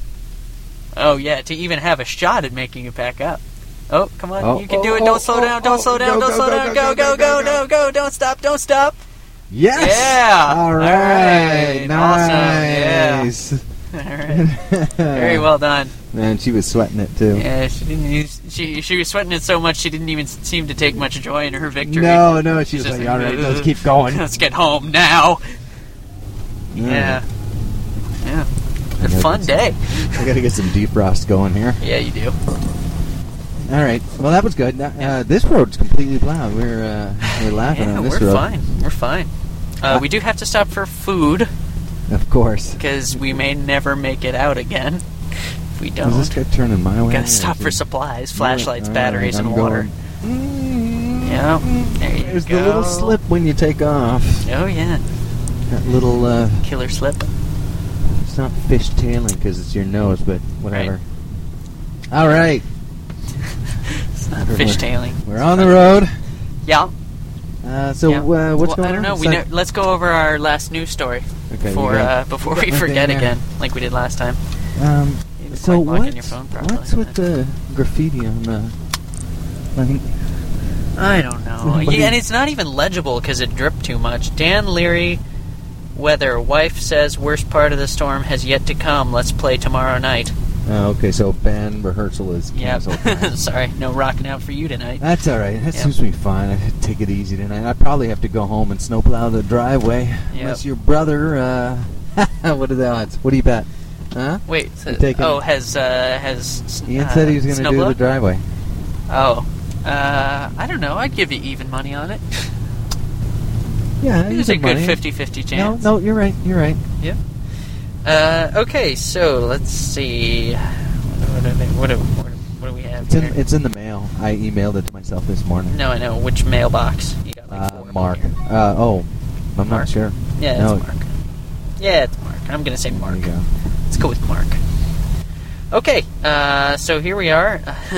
Oh yeah, to even have a shot at making it back up. Oh, come on,
Oh.
you can do
Oh,
it.
oh,
Don't slow
oh,
down. Don't
oh,
slow down.
go,
Don't
go,
slow
go,
down. Go,
go,
go,
go,
go,
go,
no, go. Don't stop. Don't stop. *laughs*
Yes.
Yeah.
All right.
All right.
Nice.
All right.
*laughs*
Very well done.
Man, she was sweating it too.
Yeah, she didn't. Use, she she was sweating it so much she didn't even seem to take much joy in her victory.
No, no, she
She's
was
just
like,
like,
all right, let's
"Ugh."
keep
*laughs*
going.
Let's get home now. Yeah. Yeah.
I
A
gotta
fun
get
day.
some- *laughs* I gotta get some defrost going here.
Yeah, you do.
All right. Well, that was good. Now, uh, this road's completely plowed. We're uh,
*laughs*
we're laughing
Yeah,
on this
we're
road,
fine. We're fine. Uh, we do have to stop for food
of course.
because we may never make it out again. if we
Does this
don't.
guy turning my way?
Gotta
or
stop
is
for
he-
supplies, flashlights,
Alright,
batteries,
I'm
and water.
Going.
Yep, there you
There's the
go.
little slip when you take off.
Oh yeah,
That little, uh,
killer slip. *laughs*
it's not fish tailing because it's your nose, but whatever. All right,
It's not
We're-
fish tailing.
we're on the road.
Yeah.
Uh, so
yeah.
uh, what's
Well,
going on?
I don't know. We
Sec-
ne- let's go over our last news story
okay, you
before
got-
uh, before
you
we
got uh, my
forget
thing there.
again, like we did last time.
Um,
You didn't
so
quite lock in
what?
your phone properly,
What's with
but-
the graffiti on the? Like,
I don't
*laughs*
know.
Somebody-
Yeah, and it's not even legible because it dripped too much. Dan Leary, weather. Wife says worst part of the storm has yet to come. Let's play tomorrow night.
oh, okay, so band rehearsal is
Yep.
canceled.
*laughs*
now.
Sorry, no rocking out for you tonight.
That's all right. That
Yep.
suits me fine. I take it easy tonight. I probably have to go home and snowplow the driveway. Unless your brother, uh, *laughs* what are the odds? What do you bet? Huh?
Wait. So,
I'm taking-
oh, has uh, has s-
Ian
uh,
said he was going to do the
Snowblower?
driveway.
Oh. Uh, I don't know. I'd give you even money on
*laughs*
it.
Yeah,
It
you
was a
took
good
money.
50-50
No,
chance.
no, you're right. You're right.
Uh, okay, so let's see. What do, they, what do, what do, what do we have
It's in,
here?
it's in the mail. I emailed it to myself this morning.
no, I know which mailbox. You got like
Uh,
four
Mark.
here.
Uh, oh, I'm
Mark.
not sure.
Yeah,
no.
it's Mark. Yeah, it's Mark. I'm gonna say Mark.
There you go.
Let's go with Mark. Okay, uh, so here we are. *laughs*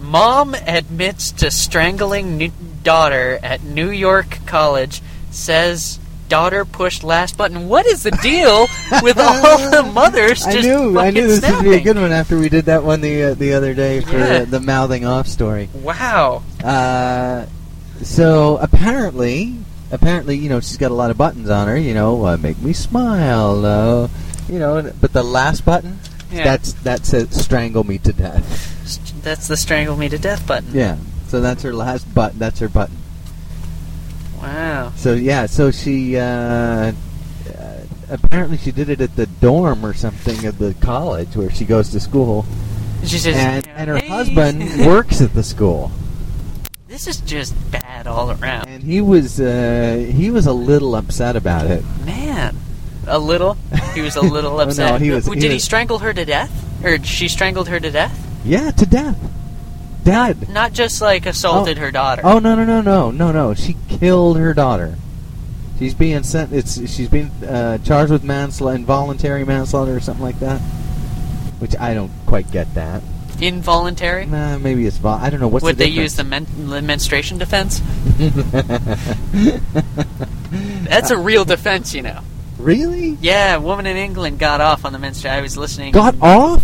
Mom admits to strangling new- daughter at New York College. Says daughter pushed last button. What is the deal with all the mothers
*laughs* I
just
knew. I
fucking
knew this
snapping?
would be a good one after we did that one the uh, the other day for
Yeah.
uh, the mouthing off story.
Wow.
Uh, so apparently, apparently, you know, she's got a lot of buttons on her. You know, uh, make me smile. Uh, you know, and- but the last button,
Yeah.
that's that says strangle me to death.
St- That's the strangle me to death button.
Yeah. So that's her last button. That's her button.
Wow.
So yeah. So she. Uh, uh, Apparently she did it at the dorm or something at the college where she goes to school,
She says,
and, and her
"Hey." *laughs*
husband works at the school,
This is just bad all around.
and he was uh, he was a little upset about it.
Man. A little. He was a little
*laughs* Oh, no,
upset.
he was-
Did
he
he
was-
strangle her to death? Or she strangled her to death?
Yeah, to death. Dead.
Not just like assaulted her daughter.
Oh no no no no no no! She killed her daughter. She's being sent. It's she's being uh, charged with manslaughter, involuntary manslaughter, or something like that. Which I don't quite get that.
Involuntary?
Nah, maybe it's vol. I don't know what's
Would
the
they use
difference.
the, men- the menstruation defense? That's a
Uh.
real defense, you know.
really
*laughs* Yeah, a woman in England got off on the menstruation. I was listening.
got off,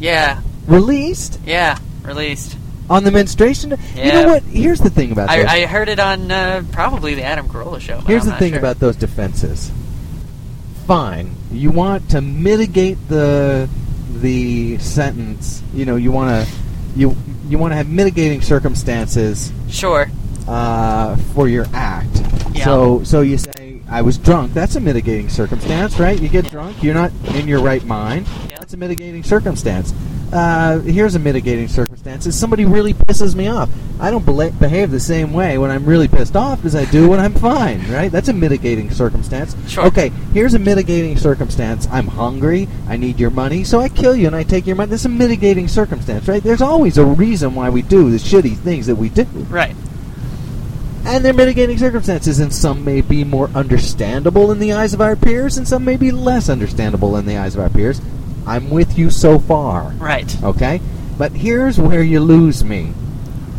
Yeah,
released
yeah, released.
on the menstruation. You
Yeah.
know what? Here's the thing about
I,
those.
I heard it on uh, probably the Adam Carolla show. but
Here's
I'm
the
not
thing
sure.
about those defenses. Fine, you want to mitigate the the sentence. You know, you want to you you want to have mitigating circumstances
sure,
uh, for your act.
Yeah.
So so you say I was drunk. That's a mitigating circumstance, right? You get drunk, you're not in your right mind.
Yeah.
That's a mitigating circumstance. Uh, here's a mitigating circumstance: is somebody really pisses me off. I don't bela- behave the same way when I'm really pissed off as I do when I'm fine, right? That's a mitigating circumstance.
Sure.
Okay, here's a mitigating circumstance: I'm hungry, I need your money, so I kill you and I take your money. That's a mitigating circumstance, right? There's always a reason why we do the shitty things that we do.
right?
And their mitigating circumstances, and some may be more understandable in the eyes of our peers, and some may be less understandable in the eyes of our peers. I'm with you so far,
Right.
okay? But here's where you lose me.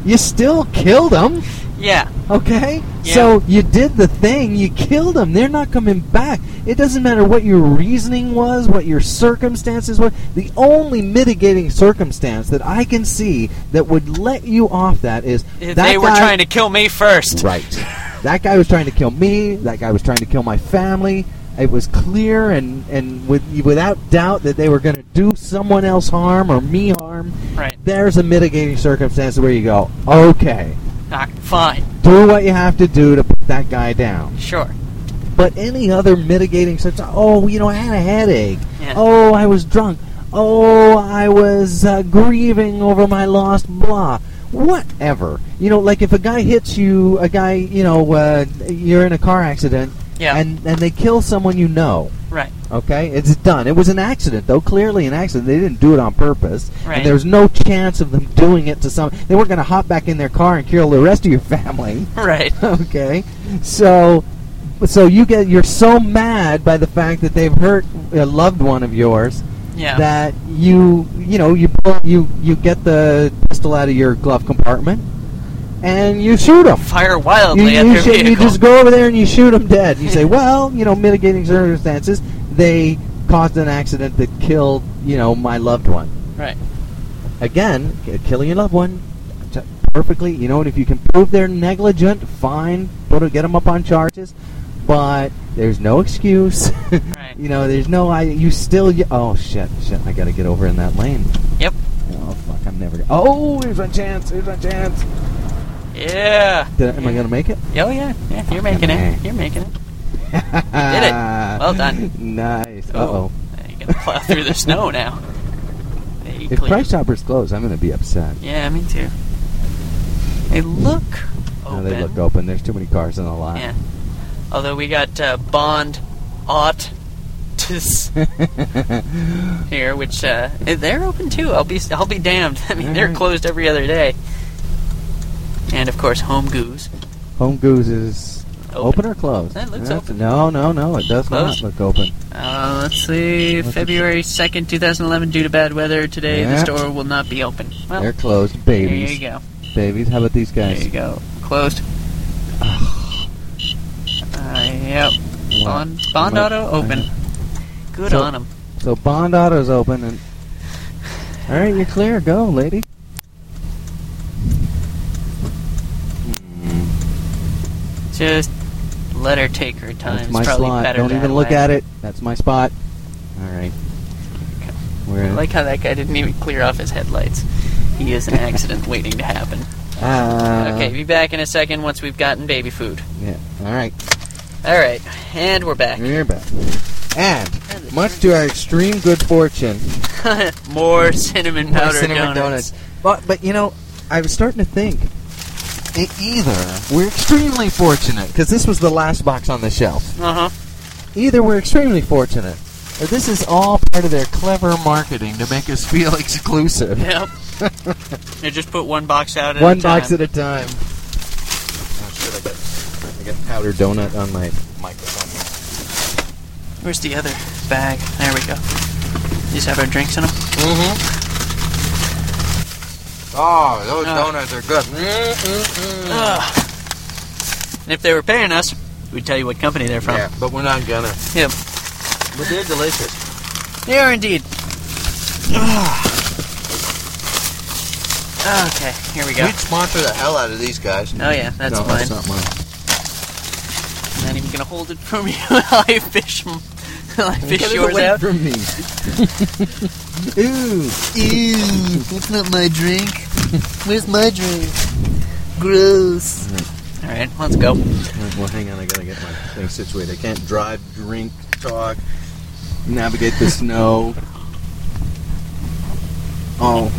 You still killed them,
Yeah.
okay?
Yeah.
So you did the thing, you killed them. They're not coming back. It doesn't matter what your reasoning was, what your circumstances were. The only mitigating circumstance that I can see that would let you off that is
If
that
they were
guy-
trying to kill me first.
Right. That guy was trying to kill me. That guy was trying to kill my family. It was clear and, and with, without doubt that they were going to do someone else harm or me harm.
Right.
There's a mitigating circumstance where you go, okay,
Ah, fine.
do what you have to do to put that guy down.
Sure.
But any other mitigating circumstance, oh, you know, I had a headache.
Yeah.
Oh, I was drunk. Oh, I was uh, grieving over my lost blah. Whatever. You know, like if a guy hits you, a guy, you know, uh, you're in a car accident,
Yeah.
and, and they kill someone you know.
Right. *laughs*
Okay, it's done. It was an accident, though. Clearly, an accident. They didn't do it on purpose,
Right.
and there's no chance of them doing it to some. They weren't going to hop back in their car and kill the rest of your *laughs* family.
Right.
*laughs* okay, so, so you get you're so mad by the fact that they've hurt a loved one of yours
Yeah.
that you you know you pull, you you get the pistol out of your glove compartment and you shoot them.
Fire
You,
wildly at
you,
Oh, their
shoot- you
vehicle.
just go over there and you shoot them dead. You
*laughs*
say, well, you know, mitigating circumstances, they caused an accident that killed, you know, my loved one.
Right.
Again, k- killing your loved one, t- perfectly. You know, and if you can prove they're negligent, fine, put a, get them up on charges. But there's no excuse. *laughs*
Right.
You know, there's no. I. You still. y- Oh shit! Shit! I gotta get over in that lane.
Yep.
Oh fuck! I'm never. Oh, there's a chance. There's a chance.
Yeah.
Did I, am I gonna make it?
Oh yeah. Yeah. You're making it. You're making it.
did
it. Well done.
*laughs* Nice. Uh oh.
Uh, You gotta plow through the
*laughs*
snow now. They
If
clean-
Price Chopper's closed, I'm going to be upset.
Yeah, me too. They look
Now
open.
they look open. There's too many cars in the lot.
Yeah. Although we got uh, Bond, Ott, Tis here, which uh, they're open too. I'll be I'll be damned. *laughs* I mean, they're
Alright.
closed every other day. And of course, Home Goose.
*laughs* Home Goose is open,
Open.
or closed?
That looks
That's-
open.
No, no, no. It does
Closed?
not look open.
Uh, let's see.
What's it
February second, two thousand eleven. Due to bad weather today, the
Yeah.
store will not be open. Well,
They're closed.
there
Babies.
you go.
Babies. How about these
There you
guys?
go. Closed. uh, yep.
Wow.
Bond, Bond
Wow.
Auto open. Good
So-
on 'em.
So Bond Auto's
*sighs*
open. and All right, you're clear. Go, lady.
Hmm. Just let her take her time.
That's
It's
my
probably
slot.
better
Don't
that
even look
way.
at it. That's my spot. All right. We're
I like how that guy didn't even clear off his headlights. He
*laughs*
is an accident waiting to happen.
Uh,
okay, be back in a second once we've gotten baby food.
Yeah. All right.
All right, and we're back.
We're back. And much to our extreme good fortune,
*laughs* More cinnamon powder
cinnamon
donuts.
But but you know, I was starting to think. e- Either we're extremely fortunate because this was the last box on the shelf.
Uh huh.
Either we're extremely fortunate, or this is all part of their clever marketing to make us feel *laughs* exclusive.
Yep. they just put one box out at
*laughs* One
a time.
box at a time. Oh, shit, I got, I got powdered donut on my microphone.
Where's the other bag? There we go. These have our drinks in them.
Mm-hmm. Oh, those
Ah.
donuts are good. Mm-mm-mm.
Ugh. And if they were paying us, we'd tell you what company they're from.
Yeah, but we're not gonna.
Yep.
But they're delicious.
They are indeed. Ugh. Okay, here we go.
We'd sponsor the hell out of these guys.
Oh yeah, that's
no,
mine.
That's not mine.
I'm not even gonna hold it from you while *laughs* I fish 'em- while *laughs* I fish
Get it
yours
away
out.
from *laughs* me. Ooh,
Ew, that's not my drink. Where's my drink? Gross. All right, let's go.
Alright, Well, hang on. I gotta get my thing situated. I can't drive, drink, talk, navigate the snow. All,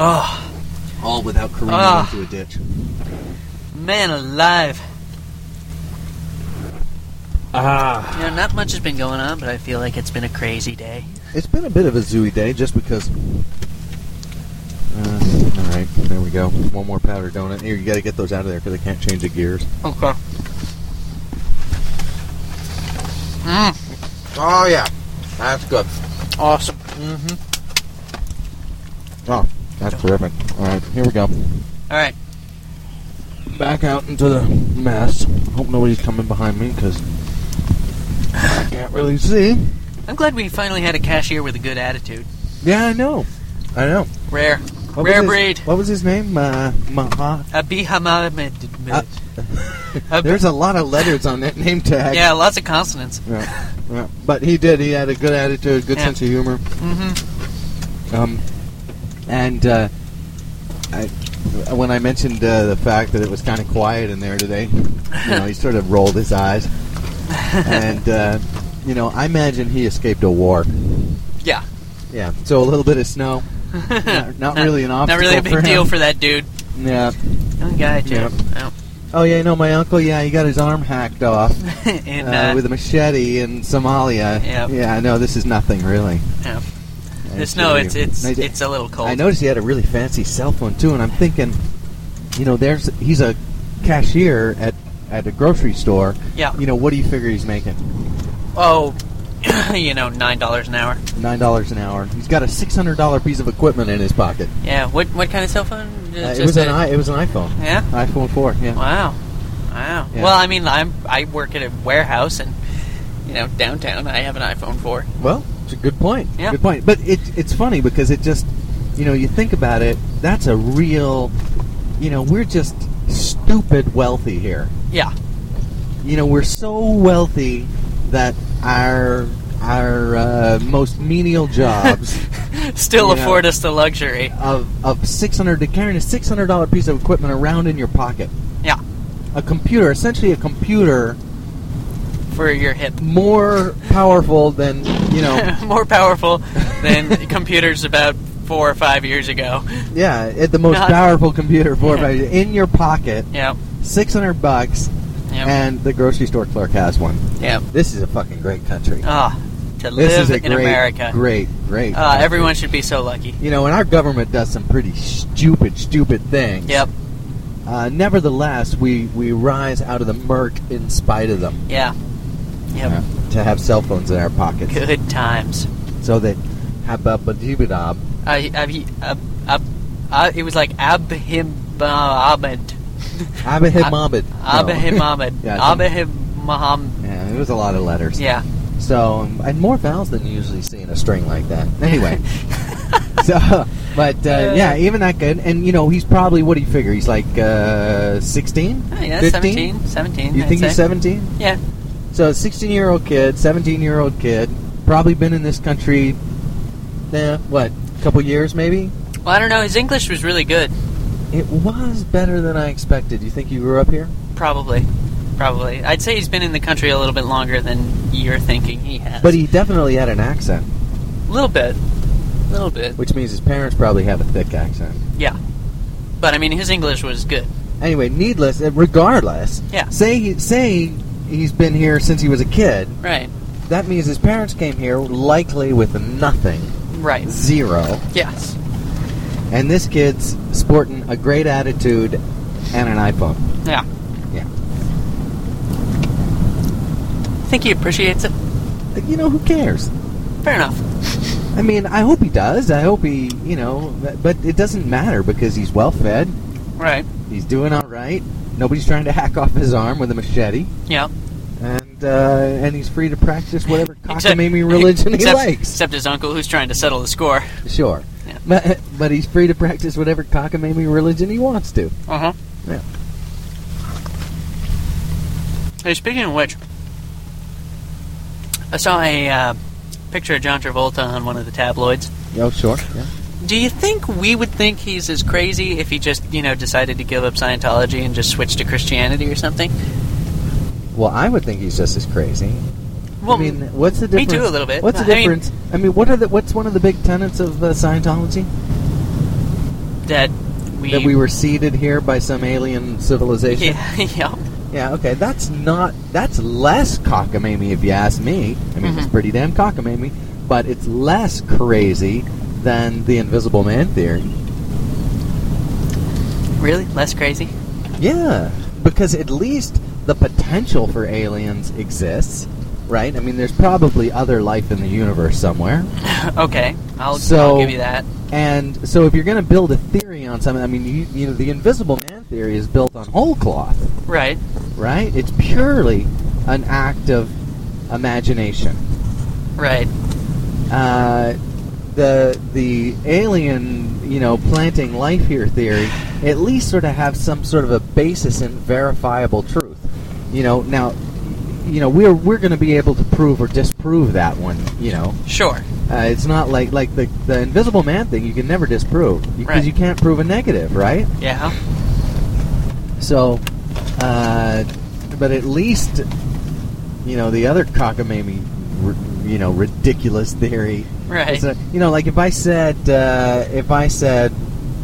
Oh
all without careening
Ah.
into a ditch.
man, alive.
Ah.
You know, not much has been going on, but I feel like it's been a crazy day.
It's been a bit of a zooey day, just because. Uh, all right, there we go. One more powder donut. Here, you got to get those out of there because I can't change the gears.
Okay. Mmm,
Oh yeah, that's good.
awesome.
Mm-hmm. Oh, that's terrific. All right, here we go.
All right,
Back out into the mess. Hope nobody's coming behind me because I can't really see.
I'm glad we finally had a cashier with a good attitude.
Yeah, I know. I know.
Rare,
What was
rare
his-
breed.
What was his name? Uh, *laughs* Maha.
Abiha Mohammed.
Uh, There's a lot of letters on that name tag.
yeah, lots of consonants.
Yeah, yeah. But he did. He had a good attitude, good
Yeah.
sense of humor.
Mm-hmm.
Um, and uh, I, when I mentioned uh, the fact that it was kind of quiet in there today, you know, he sort of rolled his eyes. and uh, you know, I imagine he escaped a war.
Yeah.
Yeah. So a little bit
*laughs*
of snow, not, not really an obstacle.
Not really a big
for him.
deal for that dude.
Yeah.
Young guy too. *laughs*
Yeah.
Oh.
Oh yeah, no, my uncle. Yeah, he got his arm hacked off
in
uh,
uh,
with a machete in Somalia.
Yep.
Yeah, no, this is nothing really.
yeah.
I
The snow,
assure
it's
you.
it's
I did-
it's a little cold.
I noticed he had a really fancy cell phone too, and I'm thinking, you know, there's he's a cashier at at a grocery store.
Yeah.
You know, what do you figure he's making?
Oh, *coughs* you know, nine dollars an hour.
Nine dollars an hour. He's got a six hundred dollar piece of equipment in his pocket.
Yeah. What what kind of cell phone?
Uh,
Just
it was an
a-
i it was an iPhone.
Yeah.
iPhone four. Yeah.
Wow. Wow.
Yeah.
Well, I mean, I'm I work at a warehouse and you know downtown. I have an iPhone four.
Well, it's a good point.
Yeah.
Good point. But it, it's funny because it just, you know, you think about it, that's a real, you know, we're just stupid wealthy here.
Yeah. *laughs*
You know, we're so wealthy that our our uh, most
*laughs*
menial jobs
Still
You know.
afford us the luxury.
of of six hundred carrying a six hundred dollar piece of equipment around in your pocket,
Yeah.
a computer, essentially a computer
For your hip.
more powerful than
*laughs*
you know
More powerful than *laughs* computers about four or five years ago.
Yeah, it, the most
Not-
powerful computer for in your pocket,
Yeah.
six hundred bucks,
Yeah.
and the grocery store clerk has one.
Yeah.
This is a fucking great country.
Ah, to
this
live
is a
in
great,
America.
great, great.
Ah,
country.
everyone should be so lucky.
You know, and our government does some pretty stupid, stupid things.
Yep.
Uh, nevertheless, we we rise out of the murk in spite of them.
Yeah. Yep.
uh, to have cell phones in our pockets,
Good times.
so that hababadibadab.
I, I, uh, uh, uh, it was like Abhim Ahmed.
Abahib Mohammed.
Abahim Ahmed.
*laughs* Yeah, I think-
Abahim Muhammad.
Yeah, it was a lot of letters.
Yeah.
So, and more vowels than you usually see in a string like that. Anyway, so, but uh, yeah, even that good. And you know, he's probably what do you figure? He's like uh, 16,
Oh, *laughs* yeah,
15?
17. 17.
You
I'd
think he's
say.
seventeen?
Yeah.
So, sixteen-year-old kid, seventeen-year-old kid, probably been in this country, eh, what, a couple years maybe?
Well, I don't know. His English was really good.
It was better than I expected. You think you grew up here?
Probably. Probably. I'd say he's been in the country a little bit longer than you're thinking he has.
But he definitely had an accent,
A little bit. A little bit.
which means his parents probably have a thick accent.
Yeah. But, I mean, his English was good.
anyway, needless, uh, regardless.
Yeah.
Say he, say he's been here since he was a kid.
Right.
That means his parents came here likely with nothing,
Right.
zero,
Yes.
and this kid's sporting a great attitude and an iPhone.
Yeah.
Yeah.
I think he appreciates it.
Like, you know who cares?
Fair enough.
I mean, I hope he does. I hope he, you know, but- but it doesn't matter because he's well fed.
Right.
He's doing all right. Nobody's trying to hack off his arm with a machete.
Yeah.
And uh, and he's free to practice whatever
Except-
cockamamie
*laughs*
religion he
except-
likes.
Except his uncle, who's trying to settle the score.
Sure.
Yeah.
But, but he's free to practice whatever cockamamie religion he wants to.
Uh huh.
Yeah.
Hey, speaking of which, I saw a uh, picture of John Travolta on one of the tabloids.
Oh, sure. Yeah.
Do you think we would think he's as crazy if he just, you know, decided to give up Scientology and just switch to Christianity or something?
Well, I would think he's just as crazy.
Well,
I mean, what's the
me
difference?
too, a little bit.
What's the
I mean-
difference? I mean, what are the what's one of the big tenets of uh, Scientology?
that we.
That we
*laughs*
were seeded here by some alien civilization.
Yeah, yeah. *laughs*
Yeah, okay. That's not that's less cockamamie if you ask me. I mean, it's
Mhm.
pretty damn cockamamie, but it's less crazy than the invisible man theory.
Really? Less crazy? *laughs*
Yeah, because at least the potential for aliens exists, right? I mean, there's probably other life in the universe somewhere.
okay. I'll,
So-
I'll give you that.
And so if you're going to build a theory on something, I mean, you, you know, the invisible man theory is built on whole cloth,
Right.
right? It's purely an act of imagination.
Right.
Uh, the the alien, you know, planting life here theory at least sort of have some sort of a basis in verifiable truth. You know, now, you know, we're we're going to be able to prove or disprove that one. You know,
Sure.
uh, it's not like like the the Invisible Man thing. You can never disprove because
Right.
you can't prove a negative, right?
Yeah. *laughs*
So, uh, but at least, you know, the other cockamamie, r- you know, ridiculous theory.
Right.
It's a- you know, like if I said, uh, if I said,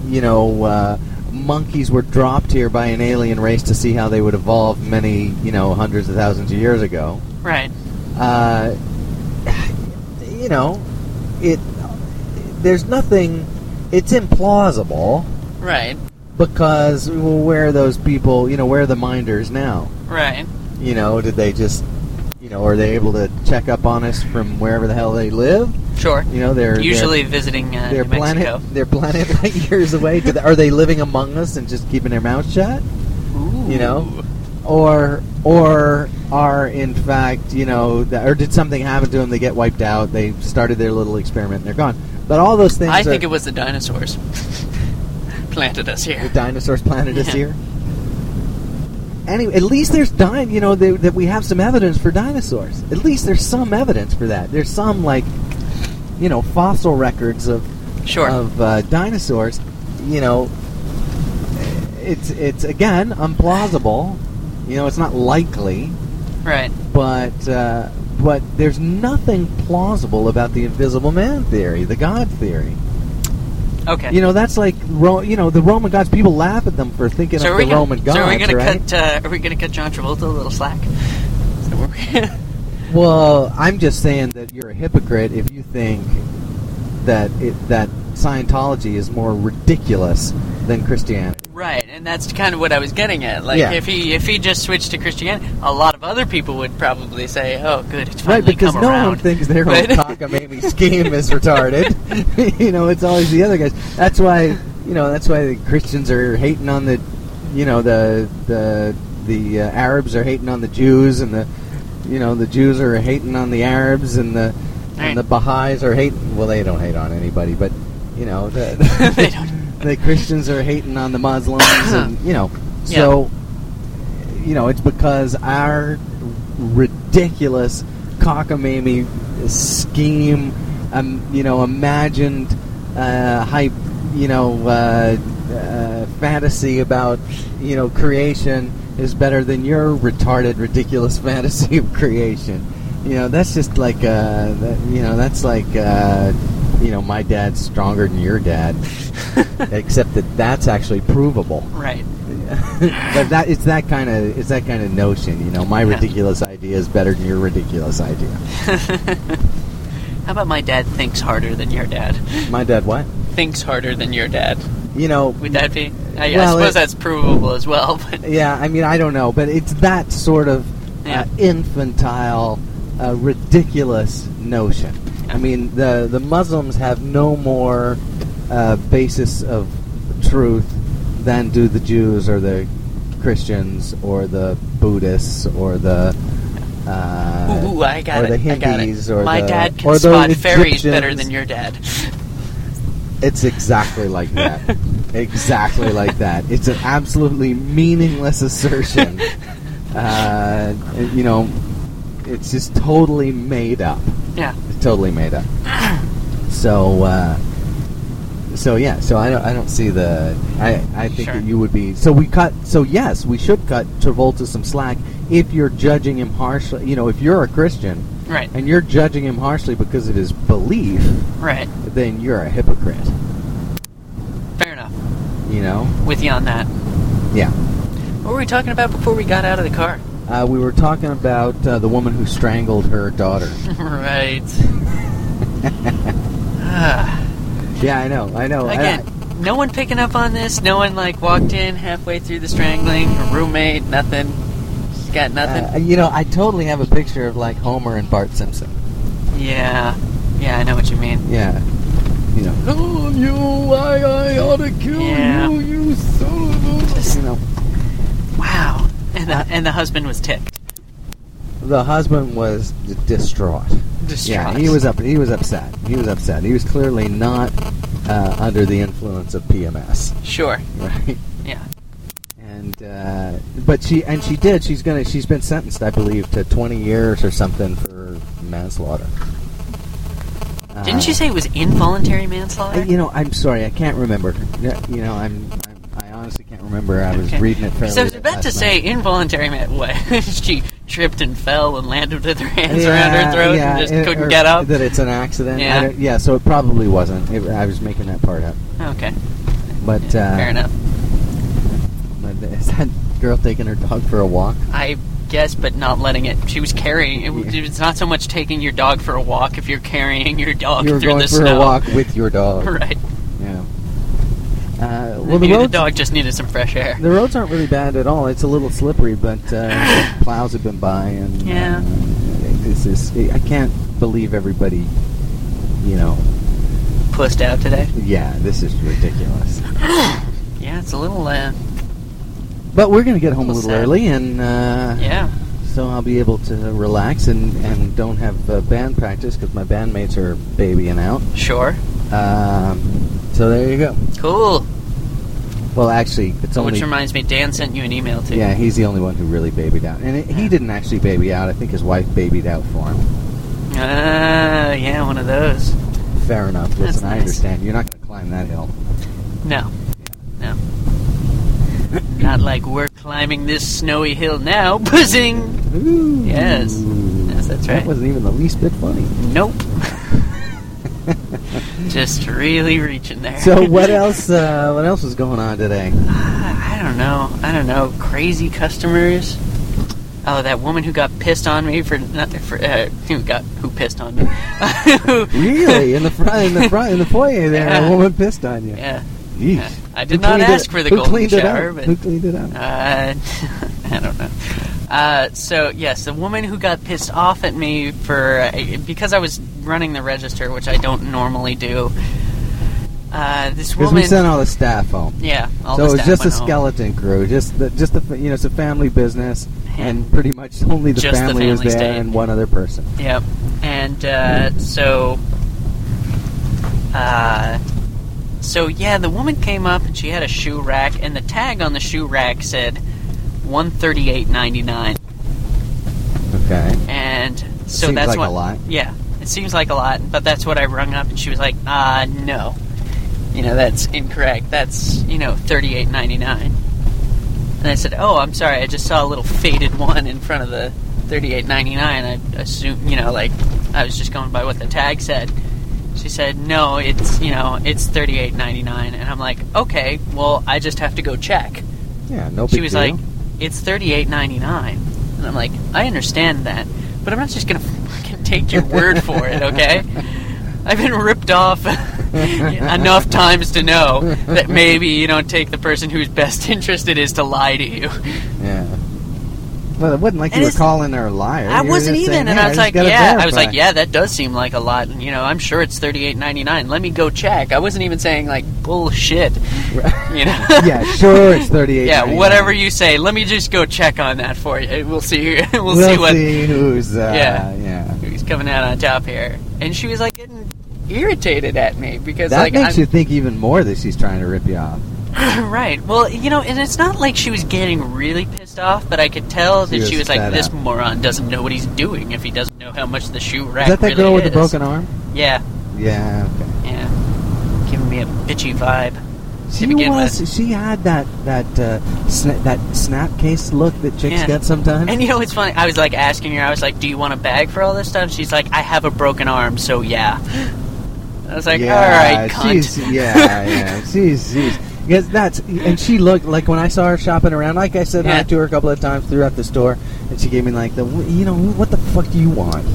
you know, uh, monkeys were dropped here by an alien race to see how they would evolve many, you know, hundreds of thousands of years ago.
Right.
Uh, you know, it. There's nothing. It's implausible
Right.
because well, where are those people? You know, where are the minders now?
Right.
You know, did they just? You know, are they able to check up on us from wherever the hell they live?
Sure.
You know, they're they're-
Usually visiting uh,
their
New Mexico.
planet, their planet *laughs* light years away. Do they, are they living among us and just keeping their mouth shut, you know? or or are in fact, you know, th or did something happen to them? They get wiped out. They started their little experiment and they're gone. But all those things.
I
are-
think it was the dinosaurs *laughs* planted us
the
here.
dinosaurs planted us
Yeah.
here. Anyway, at least there's dine. You know they, that we have some evidence for dinosaurs. At least there's some evidence for that. There's some like, you know, fossil records of
Sure.
of uh, dinosaurs, you know, it's it's again implausible. You know, it's not likely,
right.
but uh, but there's nothing plausible about the Invisible Man theory, the God theory.
Okay.
You know, that's like Ro- you know the Roman gods. People laugh at them for thinking
so are
of
we
the
gonna,
Roman gods,
so are we gonna
right?
cut? Uh, are we gonna cut John Travolta a little
*laughs*
slack? So we're-
Well, I'm just saying that you're a hypocrite if you think that it, that Scientology is more ridiculous than Christianity.
right, and that's kind of what I was getting at. Like,
Yeah.
if he if he just switched to Christianity, a lot of other people would probably say, "Oh, good, it's
Right,
finally
because
come
no
around."
one thinks
*laughs*
their own
But-
cockamamie scheme is
*laughs*
retarded. *laughs* you know, it's always the other guys. That's why you know that's why the Christians are hating on the, you know the the the uh, Arabs are hating on the Jews and the, you know the Jews are hating on the Arabs and the
Right.
and the Baha'is are hating. Well, they don't hate on anybody, but you know the
*laughs* They don't.
the Christians are hating on the Muslims and you know so you know, it's because our ridiculous cockamamie scheme, um, you know, imagined uh, hype, you know, uh, uh, fantasy about, you know, creation is better than your retarded, ridiculous *laughs* fantasy of creation. You know, that's just like, uh, that, you know, that's like, uh, you know, my dad's stronger than your dad, except that that's actually provable.
*laughs* Right.
but that it's that kind of it's that kind of notion, you know. My
Yeah.
ridiculous idea is better than your ridiculous idea.
How about my dad thinks harder than your dad?
My dad, what?
Thinks harder than your dad.
You know,
Would that be? I, I
Well,
suppose
it-
that's provable as well.
*laughs*
But *laughs*
yeah. I mean, I don't know, but it's that sort of
Yeah.
uh, infantile, uh, ridiculous notion. I mean, the the Muslims have no more uh, basis of truth than do the Jews or the Christians or the Buddhists or the. Uh,
ooh, I got
or
it.
the
I got
Hindis
it.
or
my
the-
dad can
or the
spot fairies better
Egyptians.
than your dad. *laughs*
It's exactly like that. exactly like that. It's an absolutely meaningless assertion. Uh, you know, it's just totally made up.
Yeah.
It's totally made up. So, uh, so yeah. So I don't. I don't see the. I. I think
Sure.
that you would be. So we cut. So yes, we should cut Travolta some slack if you're judging him harshly. You know, if you're a Christian
Right.
and you're judging him harshly because of his belief,
Right.
then you're a hypocrite.
Fair enough.
You know.
With you on that.
Yeah.
What were we talking about before we got out of the car? *laughs*
Uh, we were talking about uh, the woman who strangled her daughter. *laughs*
right. Ah.
yeah, I know, I know. Oh, I-
Again, no one picking up on this. No one like walked in halfway through the strangling. Her roommate, nothing. She's got nothing.
uh, you know, I totally have a picture of like Homer and Bart Simpson.
yeah. Yeah, I know what you mean.
Yeah, you know. Oh, you! I, I ought to kill
Yeah.
you, you son of a-"
Just-
You know,
Wow. And the, and the husband was ticked.
the husband was d- distraught. Yeah,
Distraught.
he was up. He was upset. He was upset. He was clearly not uh, under the influence of PMS.
Sure.
Right.
Yeah.
and uh, but she and she did. She's gonna. She's been sentenced, I believe, to 20 years or something for manslaughter. Uh,
Didn't she say it was involuntary manslaughter?
I, you know, I'm sorry, I can't remember. Yeah, You know, I'm. I'm I honestly can't remember. I was
Okay.
reading it fairly.
So I was about to
last
say
night.
involuntary meant what? *laughs* she tripped and fell and landed with her hands around
Yeah,
her throat
yeah,
and just
it-
couldn't
or
get up.
That it's an accident. I
Yeah.
don't- yeah. So it probably wasn't. It, I was making that part up,
okay,
but
Yeah,
uh,
fair enough.
Is that girl taking her dog for a walk?
I guess, but not letting it. She was carrying. It, was-
Yeah.
It's not so much taking your dog for a walk if you're carrying your dog
you were
through
going
the
for
snow.
a walk with your dog.
*laughs* Right.
Yeah. Uh, well,
Maybe
the
the,
roads,
dog just needed some fresh air.
the roads aren't really bad at all. It's a little slippery, but uh,
*laughs*
plows have been by, and
Yeah.
uh, this is I can't believe everybody. You know,
Pussed out today.
yeah, this is ridiculous.
Yeah, it's a little. Uh,
But we're gonna get home a
Little
little
sad.
early, and uh,
yeah.
so I'll be able to relax and, and don't have uh, band practice because my bandmates are babying out.
Sure.
Um, so there you go.
Cool.
Well, actually, it's only
Which reminds me, Dan sent you an email too.
yeah. He's the only one who really babied out, and it, he
Yeah.
didn't actually baby out. I think his wife babied out for him.
Ah, yeah, one of those.
Fair enough. Listen,
That's
I
nice.
understand. You're not going to climb that hill.
No. No. Not like we're climbing this snowy hill now. *laughs* Buzzing!
Ooh.
*coughs* Yes. Yes, that's
That
right.
wasn't even the least bit
*laughs*
funny.
Nope. Just really reaching there.
So what else? Uh, what else was going on today?
I don't know. I don't know. Crazy customers. Oh, that woman who got pissed on me for not for uh, who got who pissed on me. *laughs*
Really, in the front, in the front, in the foyer there,
Yeah.
a woman pissed on you.
yeah.
Yeesh.
yeah. I
Who
did not
cleaned it-
ask for the
who
golden
cleaned it
shower,
up?
but
who cleaned it up?
Uh, *laughs* I don't know. Uh, so yes, the woman who got pissed off at me for uh, because I was running the register, which I don't normally do. Uh, this
Because
woman,
we sent all the staff home.
yeah, all
so
the
it was
staff
just a
went home.
skeleton crew, just the, just the fa- you know it's a family business,
Yeah.
and pretty much only the,
Just the
family, was
family
there
stayed.
and one other person.
Yep. And uh, so, uh, so yeah, the woman came up and she had a shoe rack, and the tag on the shoe rack said one thirty eight ninety nine,
Okay,
and so
Seems
that's
like
what.
a lot.
Yeah, it seems like a lot, but that's what I rung up, and she was like, "Uh, no." You know that's incorrect. That's you know thirty eight ninety nine, and I said, "Oh, I'm sorry. I just saw a little faded *laughs* one in front of the thirty eight ninety nine. I assume you know like I was just going by what the tag said." She said, "No, it's you know it's thirty eight ninety nine, and I'm like, "Okay, well I just have to go check."
yeah, no big
she was
deal.
like, "It's thirty eight ninety nine, and I'm like, "I understand that, but I'm not just gonna fucking take your word for it,
*laughs*
okay?" I've been ripped off *laughs* enough times to know that maybe you don't take the person whose best *laughs* interest it is to lie to you.
yeah. Well, it wasn't like
And
you were
it's-
calling her a liar.
I
You were
wasn't
just
even,
saying,
and
"Hey,
I was
just
like,
gotta
yeah, I was
verify."
like, yeah, that does seem like a lot, and you know, I'm sure it's thirty eight ninety nine. Let me go check. I wasn't even saying like bullshit, *laughs* you know.
*laughs* yeah, sure, it's thirty-eight.
Yeah, whatever you say. Let me just go check on that for you. We'll see. *laughs* We'll,
We'll,
see what
who's. Uh,
Yeah.
yeah,
who's coming out on top here. And she was like getting irritated at me because
That
like
makes
I'm, *clears throat*
you think even more that she's trying to rip you off.
right. Well, you know, and it's not like she was getting really pissed off, but I could tell
She
that she
was
was like,
fed
"This
up.
moron doesn't know what he's doing if he doesn't know how much the shoe rack
Is that that
really
girl with the
is."
broken arm?
Yeah,
Yeah. Okay.
yeah, giving me a bitchy vibe.
She
begin
was. She had that that uh, sna- that snap case look that chicks
Yeah.
get
*laughs*
sometimes.
And you know, it's funny. I was like asking her. I was like, "Do you want a bag for all this stuff?" She's like, "I have a broken arm, so yeah." I was like, "All right, cunt."
she's
*laughs*
yeah, yeah, she's she's because that's and she looked like when I saw her shopping around. Like I said
Yeah.
hi to her a couple of times throughout the store, and she gave me like the "Wh- you know what the fuck do you want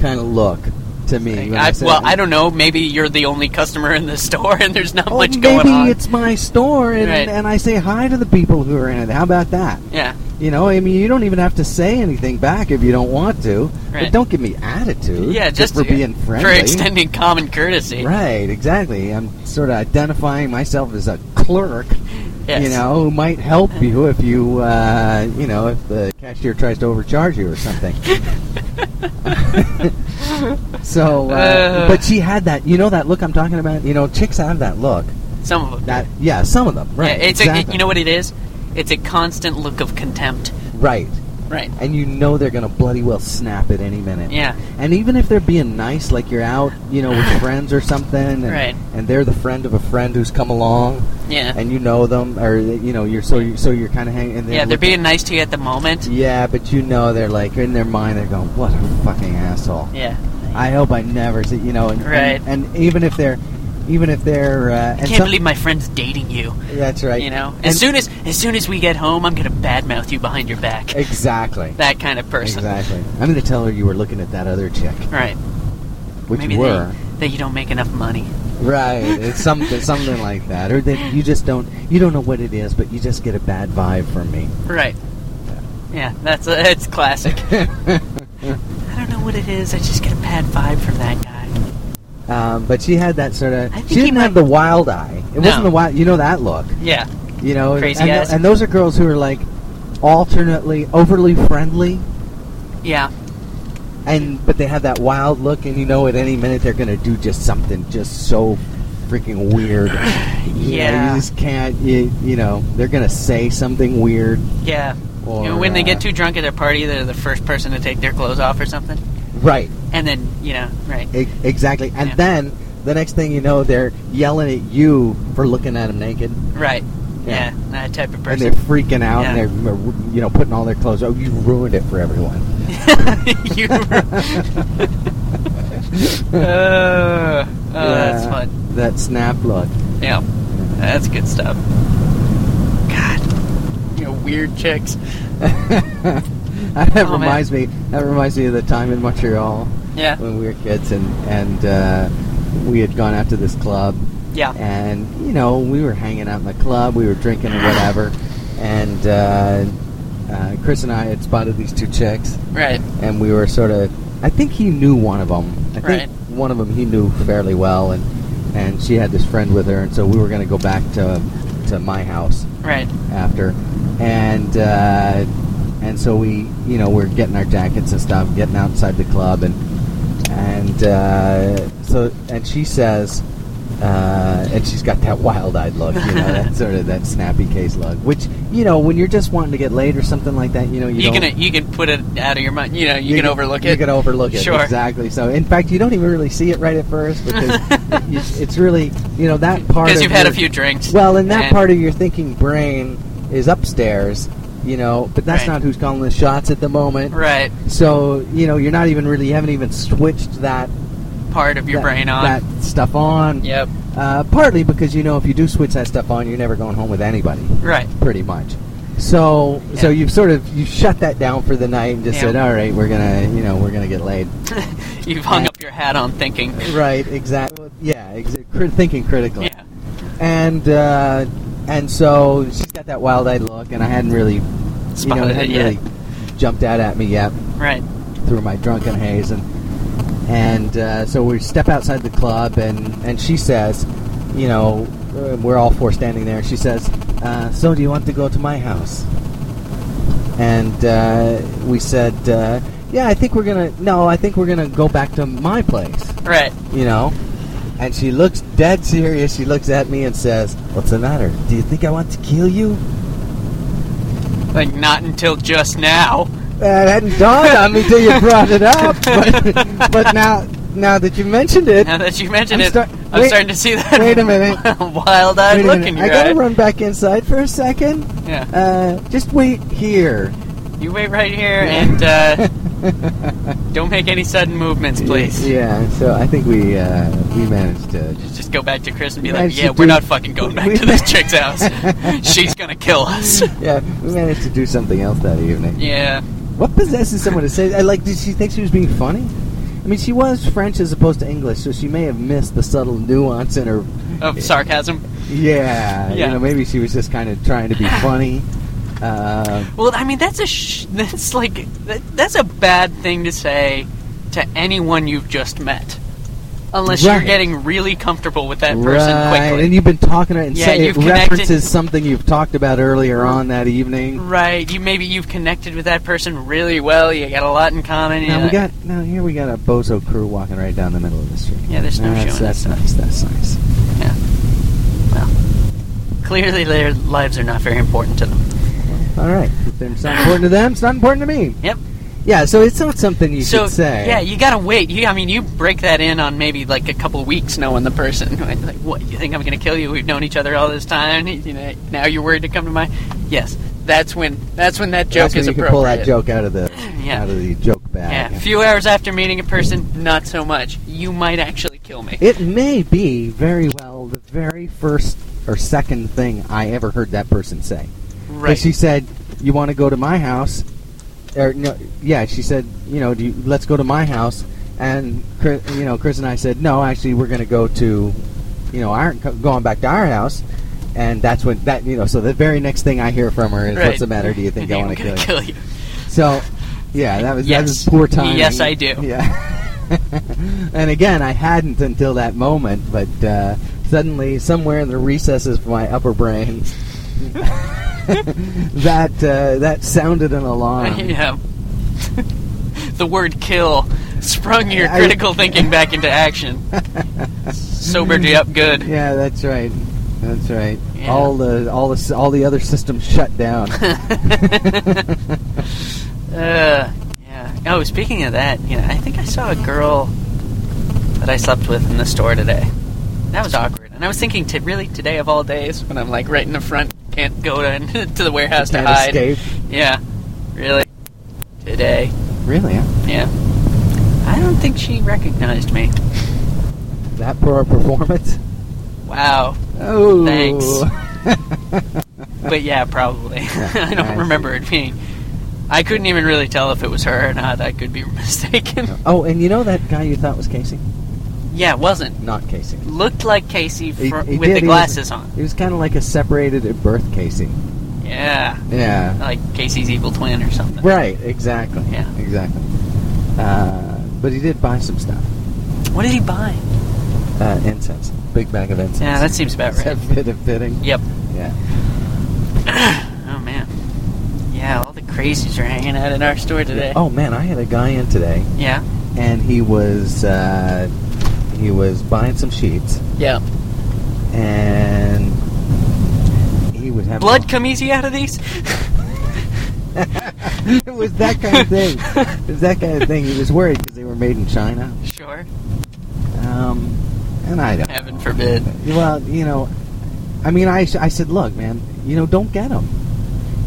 kind of look to me. when
I,
said-
well, I don't know. Maybe you're the only customer in the *laughs* store, and there's not
Oh,
much
maybe
going on.
it's my store, and,
Right.
and I say hi to the people who are in it. How about that?
yeah,
You know, I mean, you don't even have to say anything back if you don't want to. But
Right.
don't give me attitude.
yeah, just
for being friendly.
for extending common courtesy.
Right, exactly. I'm sort of identifying myself as a clerk,
Yes.
you know, who might
*laughs*
help you if you, uh, you know, if the cashier tries to overcharge you or something. *laughs* so, uh,
Uh.
but she had that, you know, that look I'm talking about. You know, chicks have that look.
some of them.
That, yeah, some of them, right?
Yeah, it's a,
exactly.
you know what it is? It's a constant look of contempt.
right.
Right.
And you know they're gonna bloody well snap at any minute.
Yeah.
And even if they're being nice, like you're out, you know,
*laughs*
with friends or something, and,
Right.
and they're the friend of a friend who's come along,
Yeah.
and you know them, or you know, you're so you so you're kind of hanging. And
yeah, they're being nice to you at the moment.
Yeah, but you know, they're like in their mind, they're going, "What a fucking asshole."
Yeah.
I hope I never see, you know, and,
Right.
and, and even if they're even if they're. Uh,
I can't believe my friend's dating you.
That's right.
You know,
And-
as soon as as soon as we get home, I'm gonna badmouth you behind your back.
Exactly.
That kind of person.
Exactly. I'm gonna tell her you were looking at that other chick,
Right.
which
Maybe
were
They, that you don't make enough money.
right. It's something, something like that, or that you just don't, you don't know what it is, but you just get a bad vibe
*laughs*
from me.
Right. Yeah, that's a, that's classic. I don't know what it is. I just get a bad vibe from that guy.
Um, but she had that sort of.
I think
She
he
didn't have
might-
the wild eye. It
No.
wasn't the wild. You know that look.
Yeah.
You know, and-
Crazy
and,
eyes.
and those are girls who are like alternately overly friendly,
Yeah.
and but they have that wild look, and you know, at any minute they're gonna do just something just so freaking
*sighs*
weird. You know,
Yeah.
you just can't. You, you know, they're gonna say something weird.
Yeah.
Or,
you know, when they
uh,
get too drunk at their party, they're the first person to take their clothes off or something.
Right.
And then, you know, right.
E- exactly. And
Yeah.
then the next thing you know, they're yelling at you for looking at them naked,
Right.
Yeah.
Yeah. that type of
and
person.
they're freaking out,
Yeah.
and they're uh, you know putting all their clothes. Oh, you ruined it for
*laughs*
everyone.
*laughs*
*laughs*
you were. uh, oh, that's
Yeah,
fun.
That snap look. *laughs*
Yeah. That's good stuff. God. You know, weird chicks.
that
Oh,
reminds me. That reminds me of the time in Montreal
Yeah.
when we were kids, and and uh, we had gone out to this club,
Yeah.
and you know we were hanging out in the club, we were drinking or whatever, and uh, uh, Chris and I had spotted these two chicks,
Right.
and we were sort of. I think he knew one of them. I
Right.
think one of them he knew fairly well, and and she had this friend with her, and so we were going to go back to to my house.
Right.
after, and uh, and so we, you know, we're getting our jackets and stuff, getting outside the club, and and uh, so and she says, uh, and she's got that wild-eyed look, you
*laughs*
know, that sort of that snappy case look, which you know, when you're just wanting to get laid or something like that, you know, you,
You,
don't.
can you can put it out of your mind. You know, you, can, overlook it.
You can overlook it.
Sure.
Exactly. So, in fact, you don't even really see it right at first because it-
*laughs*
it's- it's really, you know, that part.
because
of
you've had a
your-
few *laughs* drinks.
well, and that
and-
part of your thinking brain is upstairs, you know, but that's
Right.
not who's calling the shots at the moment.
Right.
So, you know, you're not even really, you haven't even switched that
Part of your
that,
brain on.
that stuff on.
Yep.
Uh, partly because you know if you do switch that stuff on, you're never going home with anybody,
Right. *laughs*
pretty much. So, so
Yeah.
you've sort of you shut that down for the night and just
Yeah.
said, all right, we're gonna, you know, we're gonna get laid.
You've hung
Yeah.
up your hat on thinking.
right. Exactly. Yeah. Ex- crit- thinking critically.
Yeah.
and uh, and so she's got that wild-eyed look, and I hadn't really, you know,
Spotted
it
it
hadn't
yet.
really jumped out at me yet
Right.
through my drunken haze, and and uh, so we step outside the club, and and she says, you know, uh, we're all four standing there. She says, uh, "So do you want to go to my house?" And uh, we said, uh, "Yeah, I think we're gonna. No, I think we're gonna go back to my place."
Right.
you know. And she looks dead serious. She looks at me and says, "What's the matter? Do you think I want to kill you?"
Like not until just now.
That hadn't dawned on me till you brought it up. *laughs* But, but now, now that you mentioned it,
Now that you mention
I'm
it,
start-
I'm
wait-
starting to see that.
wait a minute.
*laughs* Wild-eyed
wait a
look
minute,
in your
I gotta
eye.
run back inside for a second.
Yeah.
Uh, just wait here.
You wait right here and
*laughs*
uh, don't make any sudden movements, please.
Yeah. So I think we uh, we managed to.
Just go back to Chris and be
Yeah,
like,
she
"Yeah, we're
did-
not fucking going back
we-
to this chick's
*laughs*
house. She's gonna kill us."
Yeah, we managed to do something else that evening.
Yeah.
What possesses someone to say? I Like, did she think she was being funny? I mean, she was French as opposed to English, so she may have missed the subtle nuance in her
Of Oh, sarcasm.
Yeah,
Yeah.
you know, maybe she was just kind of trying to *laughs* be funny. Uh,
Well, I mean, that's a sh- that's like that, that's a bad thing to say to anyone you've just met, unless you're
Right.
getting really comfortable with that person
right,
quickly.
and you've been talking to it, and
Yeah,
say- it
you've connected-
references something you've talked about earlier on that evening.
right? You maybe you've connected with that person really well. You got a lot in common.
Now
Yeah.
we got now here we got a bozo crew walking right down the middle of the street.
Yeah, there's no
that's,
showing
That's nice. That's nice.
Clearly, their lives are not very important to them.
All right, if it's not important to them. It's not important to me.
Yep.
Yeah, so it's not something you
so
should say.
yeah, you gotta wait. You, I mean, you break that in on maybe like a couple weeks knowing the person. *laughs* Like, what? You think I'm gonna kill you? We've known each other all this time. You know, now you're worried to come to my. Yes, that's when that's when that joke
that's when
is
you can
appropriate.
pull that joke out of the
Yeah.
out of the joke bag.
Yeah, a few hours after meeting a person, not so much. You might actually kill kill me.
It may be very well the very first or second thing I ever heard that person say. 'Cause
right.
She said, "You want to go to my house?" Or no, yeah, she said, "You know, do you, let's go to my house." And Chris, you know, Chris and I said, "No, actually, we're going to go to, you know, our co- going back to our house." And that's when that you know. So the very next thing I hear from her is,
Right.
"What's the matter? Do
*laughs*
you think I
I'm
want to
gonna
kill you?"
kill you.
So, yeah, that was that was
Yes.
poor timing.
Yes, I do.
Yeah. *laughs* and again, I hadn't until that moment, but uh, suddenly, somewhere in the recesses of my upper brain, *laughs* that uh, that sounded an
*laughs*
alarm.
yeah. the word kill sprung your
I-
critical thinking back into action.
*laughs*
Sobered you up good.
Yeah, that's right. That's right.
Yeah.
All the all the s- all the other systems shut
*laughs*
down. *laughs*
Uh, yeah. Oh, speaking of that, you know, I think I saw a girl that I slept with in the store today. That was awkward. And I was thinking, to really, today of all days, when I'm like right in the front, can't go to, *laughs* to the warehouse
Can't
to hide.
escape.
Yeah, really. Today,
Really? huh?
yeah. I don't think she recognized me.
That poor performance.
Wow.
Oh. *laughs*
Thanks. But yeah, probably. *laughs*
Yeah,
I
I
don't
see.
remember it being. I couldn't even really tell if it was her or not. I could be *laughs* mistaken.
*laughs* oh, and you know that guy you thought was Casey?
Yeah, it wasn't.
Not Casey.
looked like Casey
He-
fr-
he
with
did,
the
he was-
glasses on.
He was kind of like a separated at birth Casey.
Yeah,
Yeah.
like Casey's evil twin or something.
Right. Exactly.
Yeah.
Exactly. Uh, but he did buy some stuff.
What did he buy?
Uh, incense. Big bag of incense.
Yeah, that seems about
Is
right.
that fit of fitting?
Yep.
Yeah.
Oh man. Yeah, all the crazies are hanging out in our store today.
Oh man, I had a guy in today,
Yeah.
and he was uh, he was buying some sheets,
Yeah.
and he was having
Blood come easy out of these? *laughs*
it was that kind of thing. It was that kind of thing. He was worried because they were made in China.
sure.
Um, and I don't.
Heaven forbid.
Well, you know, I mean, I, s- I said, look, man, you know, don't get him.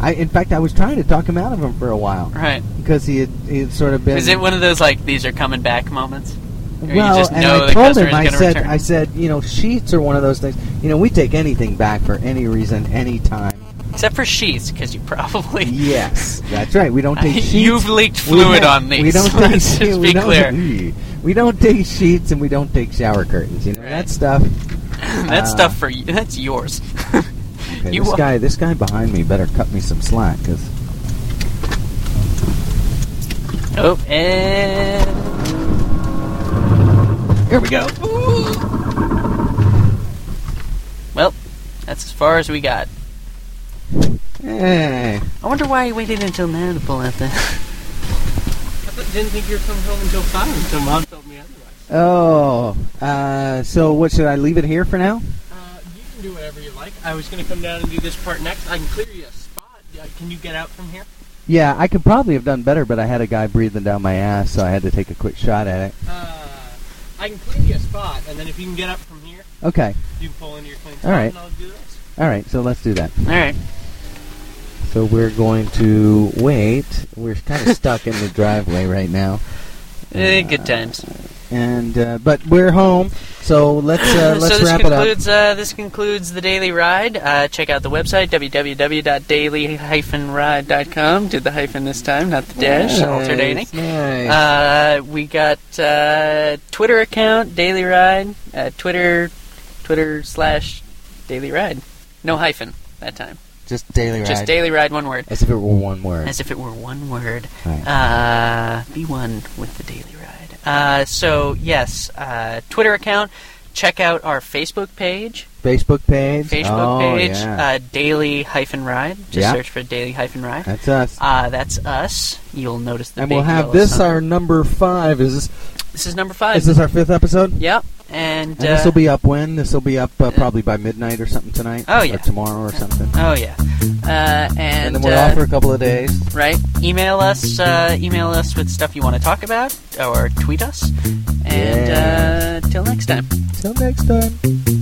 I, in fact, I was trying to talk him out of him for a while
Right.
because he had, he had sort of been.
Is it one of those like these are coming back moments? Or you
well,
just
and
know
I
the
told
customer is
him, I
gonna
said,
return?
I said, you know, sheets are one of those things. You know, we take anything back for any reason, any time.
Except for sheets, because you probably *laughs*
Yes, that's right. We don't take sheets.
You've leaked
We
fluid
don't-
on these.
We
*laughs*
don't *laughs* take
Let's
sheets.
just
we
be
don't,
clear.
We don't take sheets and we don't take shower curtains. You know
Right.
that stuff.
That's
Uh,
stuff for you. That's yours. *laughs*
Okay,
You
this
wa-
guy, this guy behind me, better cut me some slack because
Oh, and here we go. Well, that's as far as we got.
eh,
I wonder why he waited until now to pull out the.
didn't think you were coming home until five until mom told me otherwise.
Oh, uh, so what should I leave it here for now?
Uh, you can do whatever you like. I was gonna come down and do this part next. I can clear you a spot. Uh, can you get out from here?
Yeah, I could probably have done better, but I had a guy breathing down my ass, so I had to take a quick shot at it.
Uh, I can clear you a spot, and then if you can get up from here,
Okay,
you can pull into your clean
All
spot,
right.
and I'll do this.
all right, so let's do that.
All right.
So we're going to wait. We're kind of stuck in the driveway right now,
Eh, good times.
and uh, but we're home, so let's uh, let's
*laughs* so this
wrap it up.
concludes uh, this concludes the daily ride. Uh, check out the website www.daily-ride.com. Did the hyphen this time, not the dash. Alternating.
Nice, nice.
Uh, we got uh, Twitter account Daily Ride. Uh, Twitter, Twitter slash Daily Ride. No hyphen that time.
just daily ride.
Just Daily Ride, one word,
as if it were one word.
as if it were one word.
Right.
Uh, be one with the Daily Ride. Uh, so yes, uh, Twitter account. Check out our Facebook page.
Facebook page.
Facebook
oh,
page.
Yeah.
Uh, Daily hyphen Ride. Just
Yeah.
search for Daily hyphen Ride.
That's us.
Uh, that's us. You'll notice the
and
big
we'll have
yellow
this
sign.
our number five. Is this
This is number five.
is this our fifth episode?
Yep. And,
And
uh,
this will be up when? This will be up uh, probably by midnight or something tonight.
Oh,
Or
yeah.
tomorrow or something.
Oh yeah, uh, and,
And, then we're
uh,
off for a couple of days.
right. Email us, uh, email us with stuff you want to talk about, or tweet us. And
Yeah.
uh, till next time.
Till next time.